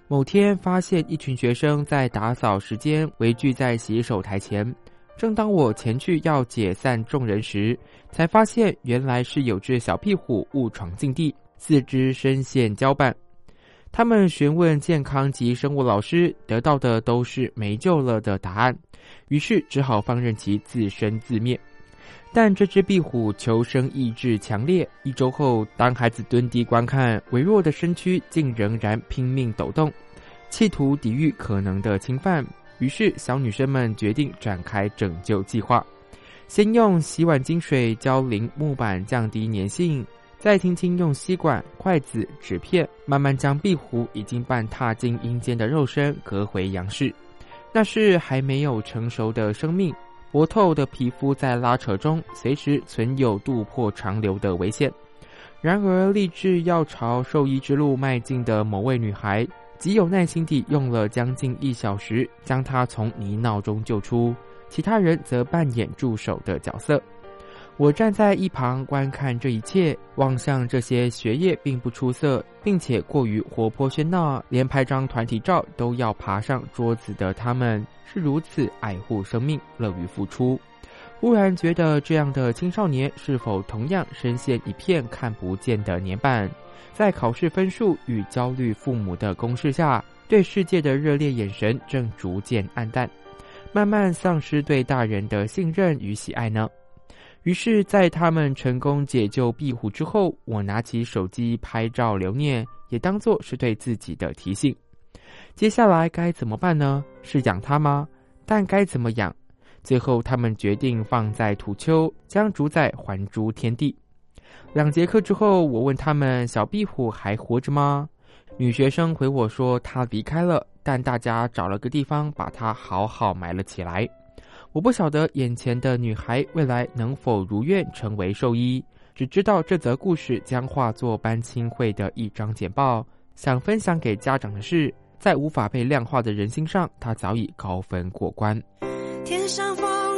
[SPEAKER 3] 某天发现一群学生在打扫时间围聚在洗手台前，正当我前去要解散众人时，才发现原来是有只小壁虎误闯禁地，四肢深陷胶板。他们询问健康及生物老师，得到的都是没救了的答案，于是只好放任其自生自灭。但这只壁虎求生意志强烈，一周后，当孩子蹲低观看，微弱的身躯竟仍然拼命抖动，企图抵御可能的侵犯。于是，小女生们决定展开拯救计划，先用洗碗精水浇淋木板，降低粘性。再轻轻用吸管、筷子、纸片，慢慢将壁虎已经半踏进阴间的肉身隔回阳世。那是还没有成熟的生命，薄透的皮肤在拉扯中，随时存有渡破长流的危险。然而，立志要朝兽医之路迈进的某位女孩，极有耐心地用了将近一小时将它从泥淖中救出，其他人则扮演助手的角色。我站在一旁观看这一切，望向这些学业并不出色，并且过于活泼喧闹，连拍张团体照都要爬上桌子的他们，是如此爱护生命，乐于付出。忽然觉得这样的青少年是否同样深陷一片看不见的年半，在考试分数与焦虑父母的攻势下，对世界的热烈眼神正逐渐暗淡，慢慢丧失对大人的信任与喜爱呢？于是，在他们成功解救壁虎之后，我拿起手机拍照留念，也当作是对自己的提醒。接下来该怎么办呢？是养它吗？但该怎么养？最后，他们决定放在土丘，将主宰还诸天地。两节课之后，我问他们：“小壁虎还活着吗？”女学生回我说：“她离开了，但大家找了个地方把它好好埋了起来。”我不晓得眼前的女孩未来能否如愿成为兽医，只知道这则故事将化作班亲会的一张简报。想分享给家长的是，在无法被量化的人心上，他早已高分过关。
[SPEAKER 5] 天上风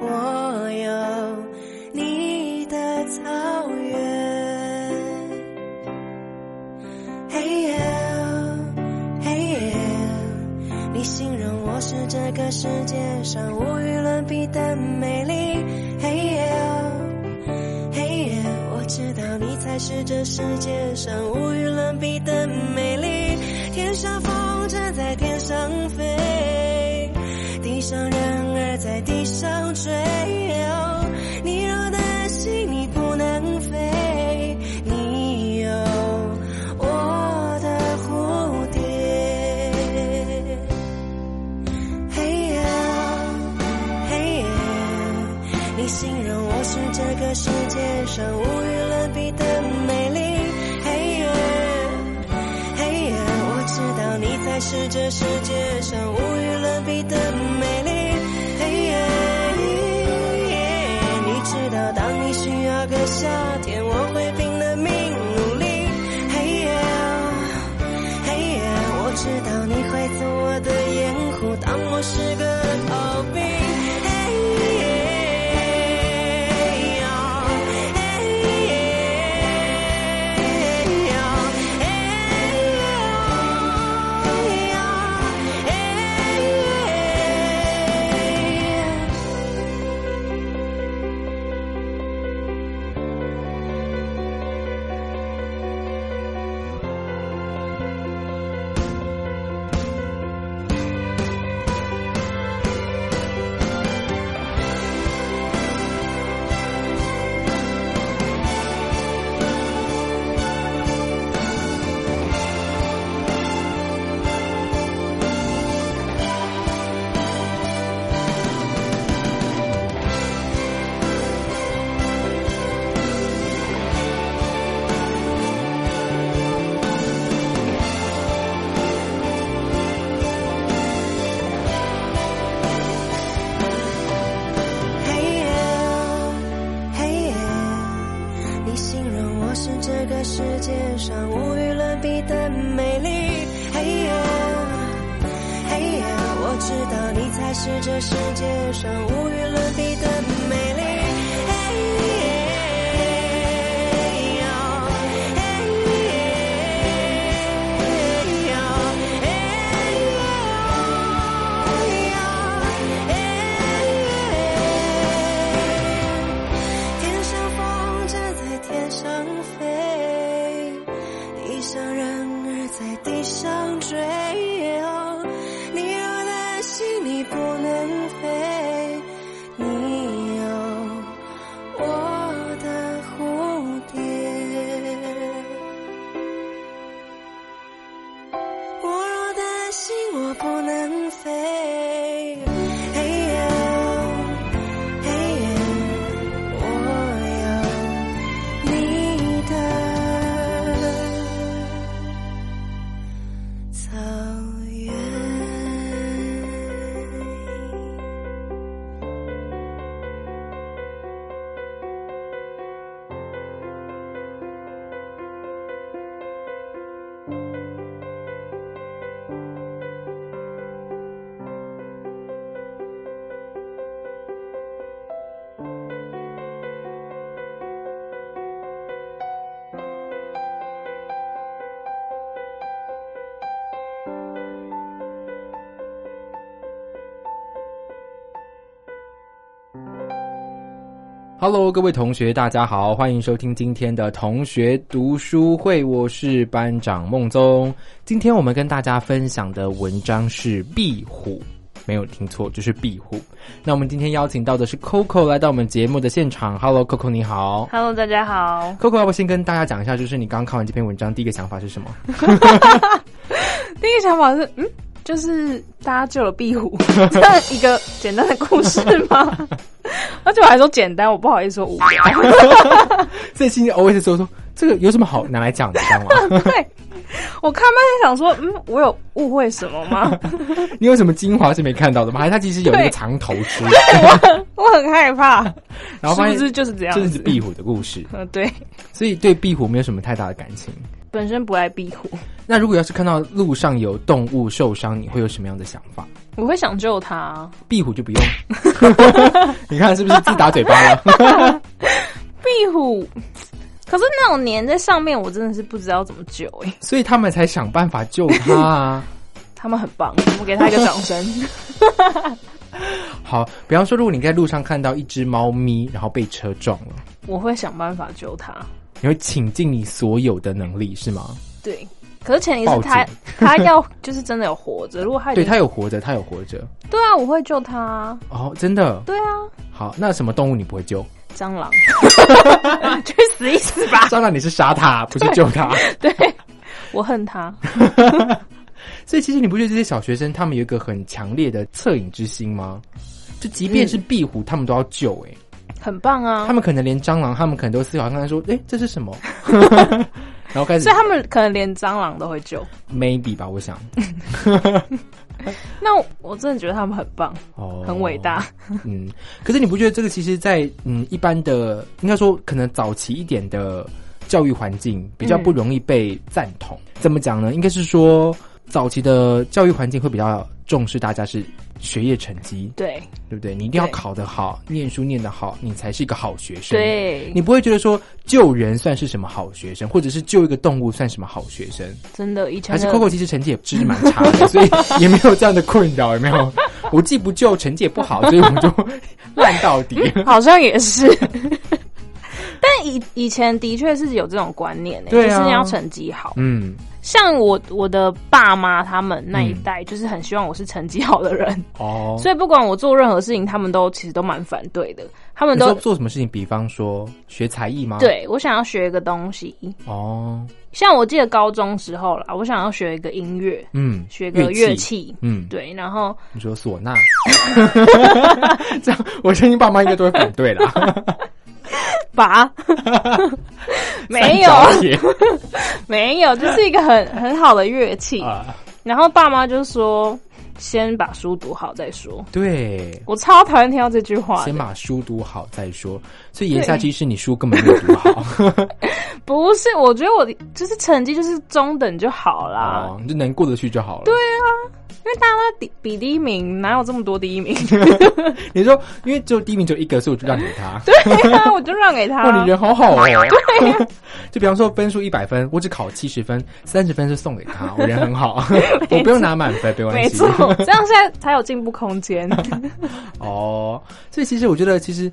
[SPEAKER 5] 我有你的草原。嘿耶，嘿耶，你形容我是这个世界上无与伦比的美丽。嘿耶。嘿耶，我知道你才是这世界上无与伦比的美丽。天上风筝在天上飞，地上人儿在地上追。哦你若担心你不能飞，你有我的蝴蝶。嘿呀，嘿呀，你形容我是这个世界上无与伦比的美丽。嘿呀，嘿呀，我知道你才是这世界上无与伦比的美丽。嘿呀，你知道当你需要个夏天，我会拼了命努力。嘿呀。嘿呀，我知道你会做我的掩护，当我是个逃兵。嘿呀，嘿呀，比的美丽。嘿呀，嘿呀，我知道你才是这世界上无与伦比的美丽。嘿呀，嘿呀，嘿呀，嘿呀。天上风筝在天上飞，地上人儿在地上追。你若担心你不能飞，你有我的蝴蝶。我若担心我不能飞，嘿呀，嘿呀，我有你的草原。
[SPEAKER 3] Hello，各位同学，大家好，欢迎收听今天的同学读书会，我是班长孟宗。今天我们跟大家分享的文章是《壁虎》，没有听错，就是《壁虎》。那我们今天邀请到的是 Coco 来到我们节目的现场。Hello，Coco，你好。
[SPEAKER 8] Hello，大家好。
[SPEAKER 3] Coco，要不先跟大家讲一下，就是你刚看完这篇文章，第一个想法是什么？
[SPEAKER 8] 第一个想法是，嗯，就是大家救了壁虎，这一个简单的故事吗？而且我还说简单，我不好意思说无聊。
[SPEAKER 3] 所以心里 always 说说这个有什么好拿来讲的，知道 吗？
[SPEAKER 8] 对，我看半天想说，嗯，我有误会什么吗？
[SPEAKER 3] 你有什么精华是没看到的吗？还是它其实有一个
[SPEAKER 8] 对
[SPEAKER 3] 藏头诗，
[SPEAKER 8] 我很害怕，
[SPEAKER 3] 然后发
[SPEAKER 8] 是
[SPEAKER 3] 现
[SPEAKER 8] 不是就是这样
[SPEAKER 3] 这
[SPEAKER 8] 子？
[SPEAKER 3] 是壁虎的故事，
[SPEAKER 8] 嗯，对，
[SPEAKER 3] 所以对壁虎没有什么太大的感情。
[SPEAKER 8] 本身不爱壁虎，
[SPEAKER 3] 那如果要是看到路上有动物受伤，你会有什么样的想法？
[SPEAKER 8] 我会想救它。
[SPEAKER 3] 壁虎就 不用，你看是不是自打嘴巴了？
[SPEAKER 8] 壁虎，可是那种粘在上面，我真的是不知道怎么救哎、
[SPEAKER 3] 所以他们才想办法救它啊。
[SPEAKER 8] 他们很棒，我们给他一个掌声。
[SPEAKER 3] 好，比方说，如果你在路上看到一只猫咪，然后被车撞了，
[SPEAKER 8] 我会想办法救它。
[SPEAKER 3] 你会倾尽你所有的能力是吗？
[SPEAKER 8] 对，可是前提是
[SPEAKER 3] 报
[SPEAKER 8] 他
[SPEAKER 3] 警
[SPEAKER 8] 他要就是真的有活着，如果他已
[SPEAKER 3] 对，
[SPEAKER 8] 经
[SPEAKER 3] 它有活着，它有活着。
[SPEAKER 8] 对啊，我会救他啊。
[SPEAKER 3] 哦，真的。
[SPEAKER 8] 对啊，
[SPEAKER 3] 好，那什么动物你不会救？
[SPEAKER 8] 蟑螂， 去死一死吧！
[SPEAKER 3] 当然你是杀它，不是救它。
[SPEAKER 8] 对，我恨他。
[SPEAKER 3] 所以其实你不觉得这些小学生他们有一个很强烈的恻隐之心吗？就即便
[SPEAKER 1] 嗯
[SPEAKER 3] 是壁虎，他们都要救、欸。
[SPEAKER 8] 很棒啊
[SPEAKER 3] 他！们可能连蟑螂，他们可能都思考看看说，哎、这是什么？ 然后开始
[SPEAKER 8] 所以他们可能连蟑螂都会救。
[SPEAKER 3] maybe 吧，我想，
[SPEAKER 8] 那我我真的觉得他们很棒，
[SPEAKER 3] 哦
[SPEAKER 8] 很伟大。。
[SPEAKER 3] 嗯，可是你不觉得这个其实在，嗯一般的，应该说可能早期一点的教育环境比
[SPEAKER 1] 嗯
[SPEAKER 3] 较不容易被赞同。怎么讲呢？应该是说早期的教育环境会比较重视大家是学业成绩，
[SPEAKER 8] 对
[SPEAKER 3] 对不对？你一定要
[SPEAKER 8] 对
[SPEAKER 3] 考得好，念书念得好，你才是一个好学生。。
[SPEAKER 8] 对
[SPEAKER 3] 你，不会觉得说救人算是什么好学生，或者是救一个动物算什么好学生，
[SPEAKER 8] 真的以前
[SPEAKER 3] 还是
[SPEAKER 8] 的
[SPEAKER 3] Coco 其实成绩也其实蛮差的，所以也没有这样的困 扰，有没有？我既不救，成绩也不好，所以我就烂到 底。
[SPEAKER 8] 好像也是。 但以以前的确是有这种观念、欸，
[SPEAKER 3] 对啊
[SPEAKER 8] 就是你要成绩好。
[SPEAKER 3] 嗯，
[SPEAKER 8] 像我我的爸妈他们那一代，就是很希望我是成绩好的人，
[SPEAKER 3] 嗯哦，
[SPEAKER 8] 所以不管我做任何事情，他们都其实都蛮反对的。他们
[SPEAKER 3] 你说
[SPEAKER 8] 都
[SPEAKER 3] 做什么事情？比方说学才艺吗？，
[SPEAKER 8] 对我想要学一个东西，
[SPEAKER 3] 哦，
[SPEAKER 8] 像我记得高中时候啦，我想要学一个音乐，
[SPEAKER 3] 嗯，
[SPEAKER 8] 学个乐，器，
[SPEAKER 3] 嗯，
[SPEAKER 8] 对，然后
[SPEAKER 3] 你说唢呐， 这样我相信爸妈应该都会反对啦。
[SPEAKER 8] 拔， 没有
[SPEAKER 3] 三角铁
[SPEAKER 8] 没有，就是一个很很好的乐器。
[SPEAKER 3] 啊，
[SPEAKER 8] 然后爸妈就说。先把书读好再说。
[SPEAKER 3] 对，
[SPEAKER 8] 我超讨厌听到这句话
[SPEAKER 3] 先
[SPEAKER 8] 的，
[SPEAKER 3] 把书读好再说。所以言下之意是你书根本没有读 好，
[SPEAKER 8] 不是？我觉得我就是成绩就是中等就好啦，啊
[SPEAKER 3] 哦，你就能过得去就好了。对，
[SPEAKER 8] 因为大家都比比第一名，哪有这么多第 一名？
[SPEAKER 3] 你说因为只有第一名只有一个，所以我就让给他。
[SPEAKER 8] 对啊，我啊就让 给他。
[SPEAKER 3] 哇， 你人好好哦。 就比方说分数一百分，我只考七十分，三十分是送给他，我人很 好，我不用拿满分，没关
[SPEAKER 8] 没
[SPEAKER 3] 系。
[SPEAKER 8] 错，这样现在才有进步空间。
[SPEAKER 3] 哦，所以其实我觉得，其实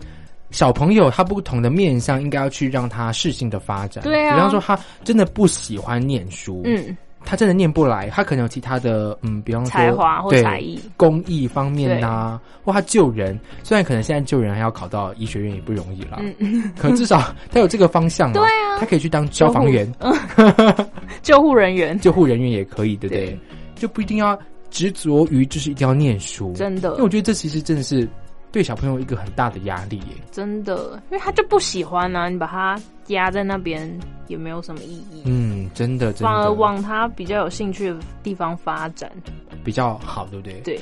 [SPEAKER 3] 小朋友他不同的面向，应该要去让他适性的发展。
[SPEAKER 8] 对啊
[SPEAKER 3] 比方说他真的不喜欢念书，，
[SPEAKER 8] 嗯，
[SPEAKER 3] 他真的念不来，他可能有其他的，嗯，比方说
[SPEAKER 8] 才华或
[SPEAKER 3] 对
[SPEAKER 8] 才艺
[SPEAKER 3] 公益方面呐、啊或他救人。虽然可能现在救人还要考到医学院也不容易啦，嗯，可至少他有这个方向、啊，对啊，他可以去当消防员、
[SPEAKER 8] 救护人员
[SPEAKER 3] 救护人员也可以，对不对？
[SPEAKER 8] 对
[SPEAKER 3] 就不一定要执着于就是一定要念书，
[SPEAKER 8] 真的
[SPEAKER 3] 因为我觉得这其实真的是对小朋友一个很大的压力耶。
[SPEAKER 8] 真的，因为他就不喜欢啊，你把他压在那边也没有什么意义，
[SPEAKER 3] 嗯，真的，真
[SPEAKER 8] 反而
[SPEAKER 3] 的
[SPEAKER 8] 往他比较有兴趣的地方发展。
[SPEAKER 3] 比较好，对不对？
[SPEAKER 8] 对，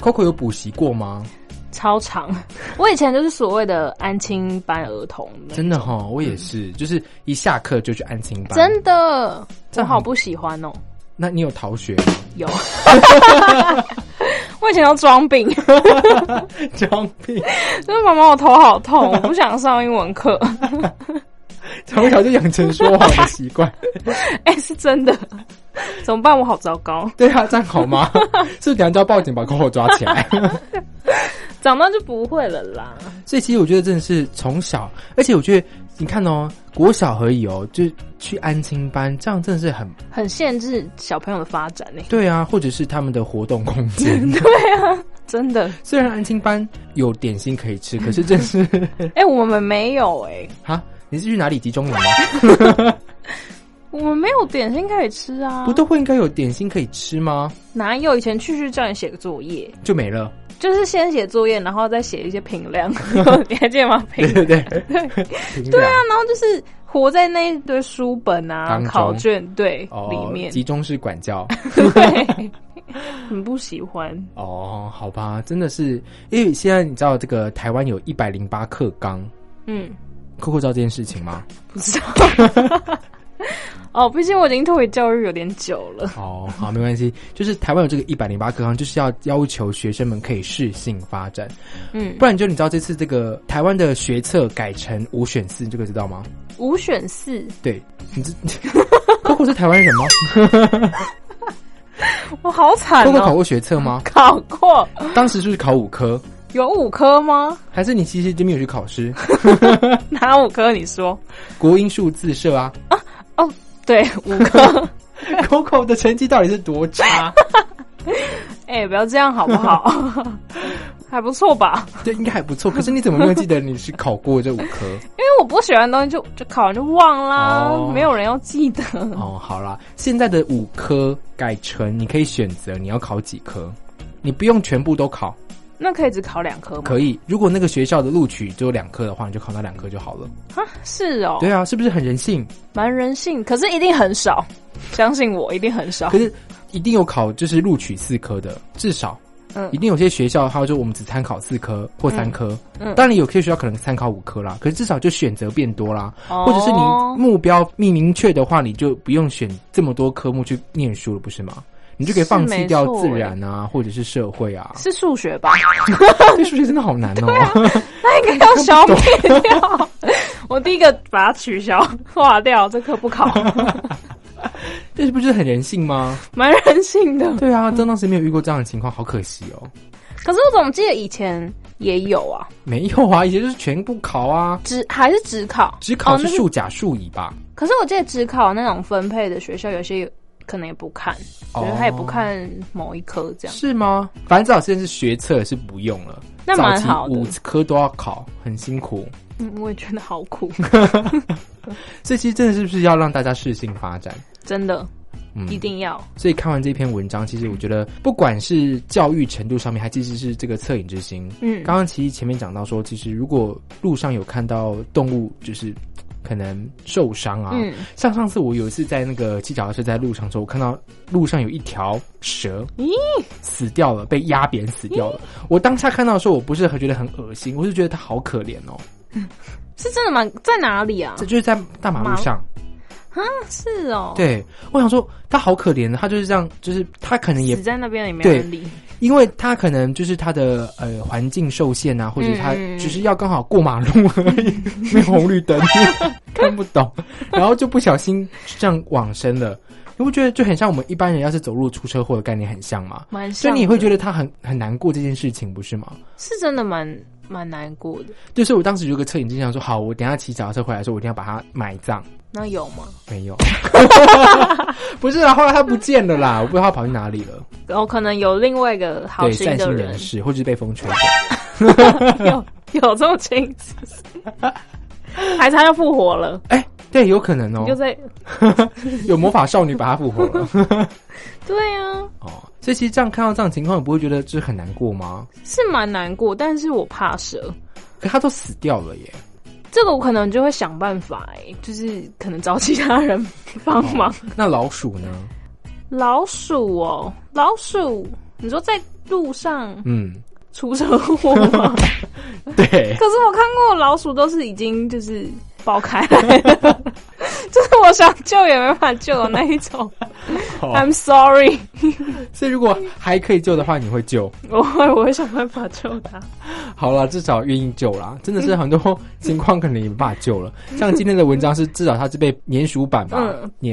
[SPEAKER 3] ，Coco 有补习过吗？
[SPEAKER 8] 超长。 我以前就是所谓的安亲班儿童，
[SPEAKER 3] 真的哈，我也是，就是一下课就去安亲班。
[SPEAKER 8] 真的，
[SPEAKER 3] 这
[SPEAKER 8] 我
[SPEAKER 3] 样
[SPEAKER 8] 好不喜欢哦。
[SPEAKER 3] 那你有逃 学吗？
[SPEAKER 8] 有， 我以前都装病，
[SPEAKER 3] 装病，
[SPEAKER 8] 就是妈妈我头好 痛，我不想上英文课。
[SPEAKER 3] 从小就养成说谎的习惯。
[SPEAKER 8] 哎、是真的，怎么办？我好糟糕，
[SPEAKER 3] 对啊，这样好吗？ 是不是等一下就要报警把 Coco 抓起来？
[SPEAKER 8] 长大就不会了啦。
[SPEAKER 3] 所以其实我觉得真的是从小，而且我觉得你看哦，国小而已哦，就去安亲班，这样真的是很
[SPEAKER 8] 很限制小朋友的发展呢、欸
[SPEAKER 3] 对啊，或者是他们的活动空间。
[SPEAKER 8] 真的。
[SPEAKER 3] 虽然安亲班有点心可以吃，可 是真是
[SPEAKER 8] 哎、我们没有哎、
[SPEAKER 3] 啊，你是去哪里集中营吗？啊
[SPEAKER 8] 我们没有点心可以吃啊，
[SPEAKER 3] 不都会应该有点心可以吃吗？
[SPEAKER 8] 哪有？以前去去叫你写个作业，
[SPEAKER 3] 就没 了。
[SPEAKER 8] 就是先写作业，然后再写一些评 量，你还记得吗？评
[SPEAKER 3] 对对对， 对
[SPEAKER 8] 对啊，然后就是活在那一堆书本啊
[SPEAKER 3] 当、中
[SPEAKER 8] 考卷对、
[SPEAKER 3] 哦，
[SPEAKER 8] 里面，
[SPEAKER 3] 集中式管 教。
[SPEAKER 8] 对，很不喜欢。
[SPEAKER 3] 哦，好吧，真的是，因为现在你知道这个台湾有一百零八课纲，
[SPEAKER 8] 嗯，
[SPEAKER 3] 扣扣知道这件事情 吗？
[SPEAKER 8] 不知道。哦，毕竟我已经脱离教育有点久了。
[SPEAKER 3] 哦，好，没关系，就是台湾有这个一百零八课纲，就是要要求学生们可以适性发展，
[SPEAKER 8] 嗯
[SPEAKER 3] 不，然就你知道这次这个台湾的学测改成五选四，你这个知道吗？
[SPEAKER 8] 五选四，
[SPEAKER 3] 对，你这 扣扣是台湾人吗？
[SPEAKER 8] 我好惨
[SPEAKER 3] 扣扣考
[SPEAKER 8] 哦！
[SPEAKER 3] 过学测 吗？
[SPEAKER 8] 考过
[SPEAKER 3] 当时是不是考五科？
[SPEAKER 8] 有五科吗？
[SPEAKER 3] 还是你其实真没有去考 试？
[SPEAKER 8] 哪五科？你说
[SPEAKER 3] 国英数自社啊
[SPEAKER 8] 对，五 科。
[SPEAKER 3] ，Coco 的成绩到底是多差？
[SPEAKER 8] 哎、不要这样好不 好？还不错吧？
[SPEAKER 3] 对，应该还不错。可是你怎么没有记得你是考过这五 科？
[SPEAKER 8] 因为我不喜欢的东西就就考完就忘啦，
[SPEAKER 3] 哦
[SPEAKER 8] 没有人要记得。
[SPEAKER 3] 哦，好啦，现在的五科改成你可以选择你要考几科，你不用全部都考，
[SPEAKER 8] 那可以只考两科吗？
[SPEAKER 3] 可以。如果那个学校的录取只有两科的话，你就考那两科就好了。
[SPEAKER 8] 啊，是哦，
[SPEAKER 3] 对啊，是不是很人性？
[SPEAKER 8] 蛮人性，可是一定很少。相信我，一定很少
[SPEAKER 3] 可。是一定有考就是录取四科的，至少。
[SPEAKER 8] 嗯
[SPEAKER 3] 一定有些学校，它就我们只参考四科或三科，
[SPEAKER 8] 嗯嗯
[SPEAKER 3] 当然有些学校可能参考五科啦，可是至少就选择变多啦，
[SPEAKER 8] 哦
[SPEAKER 3] 或者是你目标命明确的话，你就不用选这么多科目去念书了，不是吗？你就可以放弃掉
[SPEAKER 8] 是没错
[SPEAKER 3] 自然啊，或者 是社会啊。
[SPEAKER 8] 是数学吧？
[SPEAKER 3] 这数学真的好难哦、
[SPEAKER 8] 那应该要消灭掉。 我第一个把它取消划掉，这科不考，
[SPEAKER 3] 这是不是很人性吗？
[SPEAKER 8] 蛮人性的。
[SPEAKER 3] 对啊，真当时没有遇过这样的情况，好可惜哦、
[SPEAKER 8] 可是我怎么记得以前也有啊，
[SPEAKER 3] 没有啊，以前就是全部考啊，
[SPEAKER 8] 只还是只考，
[SPEAKER 3] 只考
[SPEAKER 8] 哦
[SPEAKER 3] 是
[SPEAKER 8] 那是
[SPEAKER 3] 数甲数乙吧？
[SPEAKER 8] 可是我记得只考那种分配的学校，有些可能也不看，
[SPEAKER 3] 哦
[SPEAKER 8] 就是他也不看某一科这样。
[SPEAKER 3] 是吗？反正至少现在是学测是不用了，
[SPEAKER 8] 那蛮好的
[SPEAKER 3] 早期五科都要考，很辛苦。
[SPEAKER 8] 嗯，我也觉得好苦，
[SPEAKER 3] 这其实真的是不是要让大家适性发展？
[SPEAKER 8] 真的
[SPEAKER 3] 嗯
[SPEAKER 8] 一定要。
[SPEAKER 3] 所以看完这篇文章，其实我觉得，不管是教育程度上面，还其实是这个恻隐之心。
[SPEAKER 8] 嗯
[SPEAKER 3] 刚刚其实前面讲到说，其实如果路上有看到动物就是可能受伤啊。
[SPEAKER 8] 嗯
[SPEAKER 3] 像上次我有一次在那个骑脚踏车在路上的时候，我看到路上有一条蛇，咦，死掉了，被压扁死掉了。我当下看到的时候，我不是很觉得很恶心，我是觉得它好可怜哦。
[SPEAKER 8] 是真的吗？在哪里啊
[SPEAKER 3] 这？就是在大马路上，
[SPEAKER 8] 啊，是哦，，
[SPEAKER 3] 对我想说它好可怜，它就是这样，就是它可能也
[SPEAKER 8] 死在那边也没有人
[SPEAKER 3] 对
[SPEAKER 8] 理。
[SPEAKER 3] 因为他可能就是他的呃环境受限啊，或者他
[SPEAKER 8] 嗯
[SPEAKER 3] 只是要刚好过马路而 已，没有红绿灯， 看不懂，然后就不小心这样往生了。你不觉得就很像我们一般人要是走路出车祸的概念很像吗？
[SPEAKER 8] 蛮
[SPEAKER 3] 所
[SPEAKER 8] 像
[SPEAKER 3] 以
[SPEAKER 8] 的，
[SPEAKER 3] 你会觉得他很很难过这件事情，不是吗？
[SPEAKER 8] 是真的蛮蛮难过的。
[SPEAKER 3] 就是我当时有个侧影镜想说，好，我等一下骑脚踏车回来的时候，我一定要把它埋葬。
[SPEAKER 8] 那有吗？
[SPEAKER 3] 没有， 不是啊啦，后来他不见了啦，我不知道他跑去哪里了。
[SPEAKER 8] 然哦后可能有另外一个好
[SPEAKER 3] 对，
[SPEAKER 8] 心
[SPEAKER 3] 善
[SPEAKER 8] 的
[SPEAKER 3] 心
[SPEAKER 8] 人
[SPEAKER 3] 人，士，或者是被风吹走。
[SPEAKER 8] 有 有这么清楚， 还是他又复活了？
[SPEAKER 3] 哎、对，有可能哦、
[SPEAKER 8] 又在
[SPEAKER 3] 有魔法少女把她复活了
[SPEAKER 8] 对啊，
[SPEAKER 3] 哦。所以其实这样看到这样的情况，你不会觉得就是很难过吗？
[SPEAKER 8] 是蛮难过，但是我怕蛇，
[SPEAKER 3] 可她都死掉了耶，
[SPEAKER 8] 这个我可能就会想办法、欸，就是可能找其他人帮
[SPEAKER 3] 哦
[SPEAKER 8] 忙。
[SPEAKER 3] 那老鼠呢？
[SPEAKER 8] 老鼠哦，老鼠，你说在路上
[SPEAKER 3] 嗯，
[SPEAKER 8] 出车祸 吗？
[SPEAKER 3] 对，
[SPEAKER 8] 可是我看过老鼠都是已经就是爆开来了， 就是我想救也没办法救的那一 种。
[SPEAKER 3] 好
[SPEAKER 8] I'm sorry，
[SPEAKER 3] 所以如果还可以救的话，你会救。
[SPEAKER 8] 我会我会想办法救它。
[SPEAKER 3] 好啦，至少愿意救啦。真的是很多情况可能也没办法救 了。像今天的文章是至少它是被粘鼠板吧
[SPEAKER 8] 嗯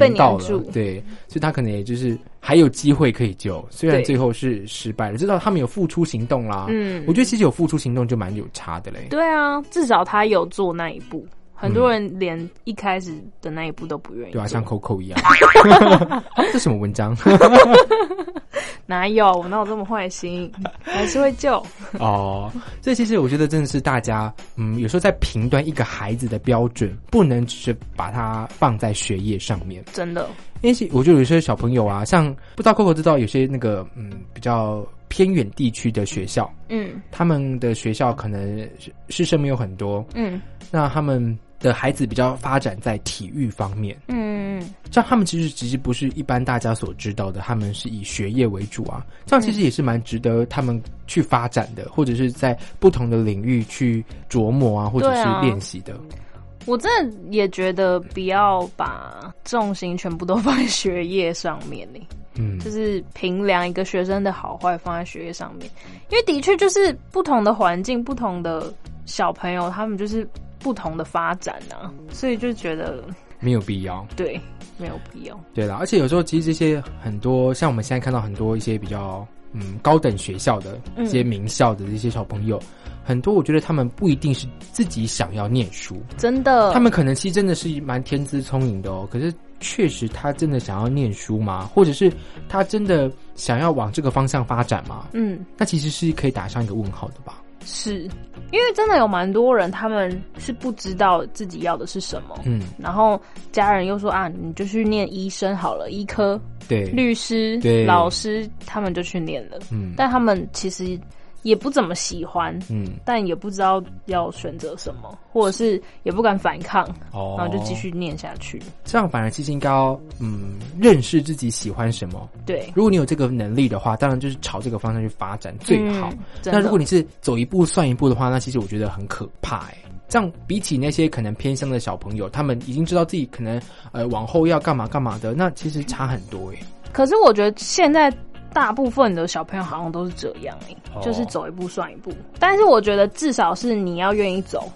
[SPEAKER 3] 粘到
[SPEAKER 8] 被粘
[SPEAKER 3] 了
[SPEAKER 8] 住，
[SPEAKER 3] 对，所以它可能也就是还有机会可以救，虽然
[SPEAKER 8] 对
[SPEAKER 3] 最后是失败了，至少他们有付出行动啦。
[SPEAKER 8] 嗯
[SPEAKER 3] 我觉得其实有付出行动就蛮有差的嘞。
[SPEAKER 8] 对啊，至少他有做那一步。很多人连一开始的那一步都不愿意做，
[SPEAKER 3] 对啊，像 Coco 一样。这什么文章？
[SPEAKER 8] 哪有我哪有这么坏心，还是会救。
[SPEAKER 3] 哦，所以其实我觉得真的是大家，嗯，有时候在评断一个孩子的标准，不能只是把它放在学业上面。
[SPEAKER 8] 真的，
[SPEAKER 3] 因为其我觉得有些小朋友啊，像不知道 Coco 知道有些那个嗯比较偏远地区的学校，
[SPEAKER 8] 嗯
[SPEAKER 3] 他们的学校可能师师生没有很多，
[SPEAKER 8] 嗯
[SPEAKER 3] 那他们的孩子比较发展在体育方面。
[SPEAKER 8] 嗯，
[SPEAKER 3] 像他们其实其实不是一般大家所知道的，他们是以学业为主啊，这样其实也是蛮值得他们去发展的，或者是在不同的领域去琢磨啊，或者
[SPEAKER 8] 对
[SPEAKER 3] 是
[SPEAKER 8] 啊
[SPEAKER 3] 练习的。
[SPEAKER 8] 我真的也觉得不要把重心全部都放在学业上面呢、欸
[SPEAKER 3] 嗯，
[SPEAKER 8] 就是评量一个学生的好坏放在学业上面，因为的确就是不同的环境、不同的小朋友，他们就是不同的发展啊，
[SPEAKER 3] 嗯
[SPEAKER 8] 所以就觉得
[SPEAKER 3] 没有必要。
[SPEAKER 8] 对没有必要。
[SPEAKER 3] 对啦，而且有时候其实这些很多，像我们现在看到很多一些比较嗯高等学校的
[SPEAKER 8] 嗯
[SPEAKER 3] 一些名校的这些小朋友，很多我觉得他们不一定是自己想要念书，
[SPEAKER 8] 真的，
[SPEAKER 3] 他们可能其实真的是蛮天资聪颖的哦，可是确实他真的想要念书吗？或者是他真的想要往这个方向发展吗？
[SPEAKER 8] 嗯
[SPEAKER 3] 那其实是可以打上一个问号的吧？
[SPEAKER 8] 是，因为真的有蛮多人他们是不知道自己要的是什么，
[SPEAKER 3] 嗯，
[SPEAKER 8] 然后家人又说啊，你就去念医生好了，医科、
[SPEAKER 3] 对，
[SPEAKER 8] 律师
[SPEAKER 3] 对、
[SPEAKER 8] 老师，他们就去念了，
[SPEAKER 3] 嗯
[SPEAKER 8] 但他们其实也不怎么喜欢，
[SPEAKER 3] 嗯，
[SPEAKER 8] 但也不知道要选择什么，或者是也不敢反抗，
[SPEAKER 3] 哦，
[SPEAKER 8] 然后就继续念下去。
[SPEAKER 3] 这样，反而其实应该要嗯认识自己喜欢什么。
[SPEAKER 8] 对，
[SPEAKER 3] 如果你有这个能力的话，当然就是朝这个方向去发展最好。
[SPEAKER 8] 嗯真的
[SPEAKER 3] 那如果你是走一步算一步的话，那其实我觉得很可怕哎、这样比起那些可能偏乡的小朋友，他们已经知道自己可能呃往后要干嘛干嘛的，那其实差很多哎、
[SPEAKER 8] 可是我觉得现在大部分的小朋友好像都是这样、欸，
[SPEAKER 3] 哦
[SPEAKER 8] 就是走一步算一步。但是我觉得至少是你要愿意走，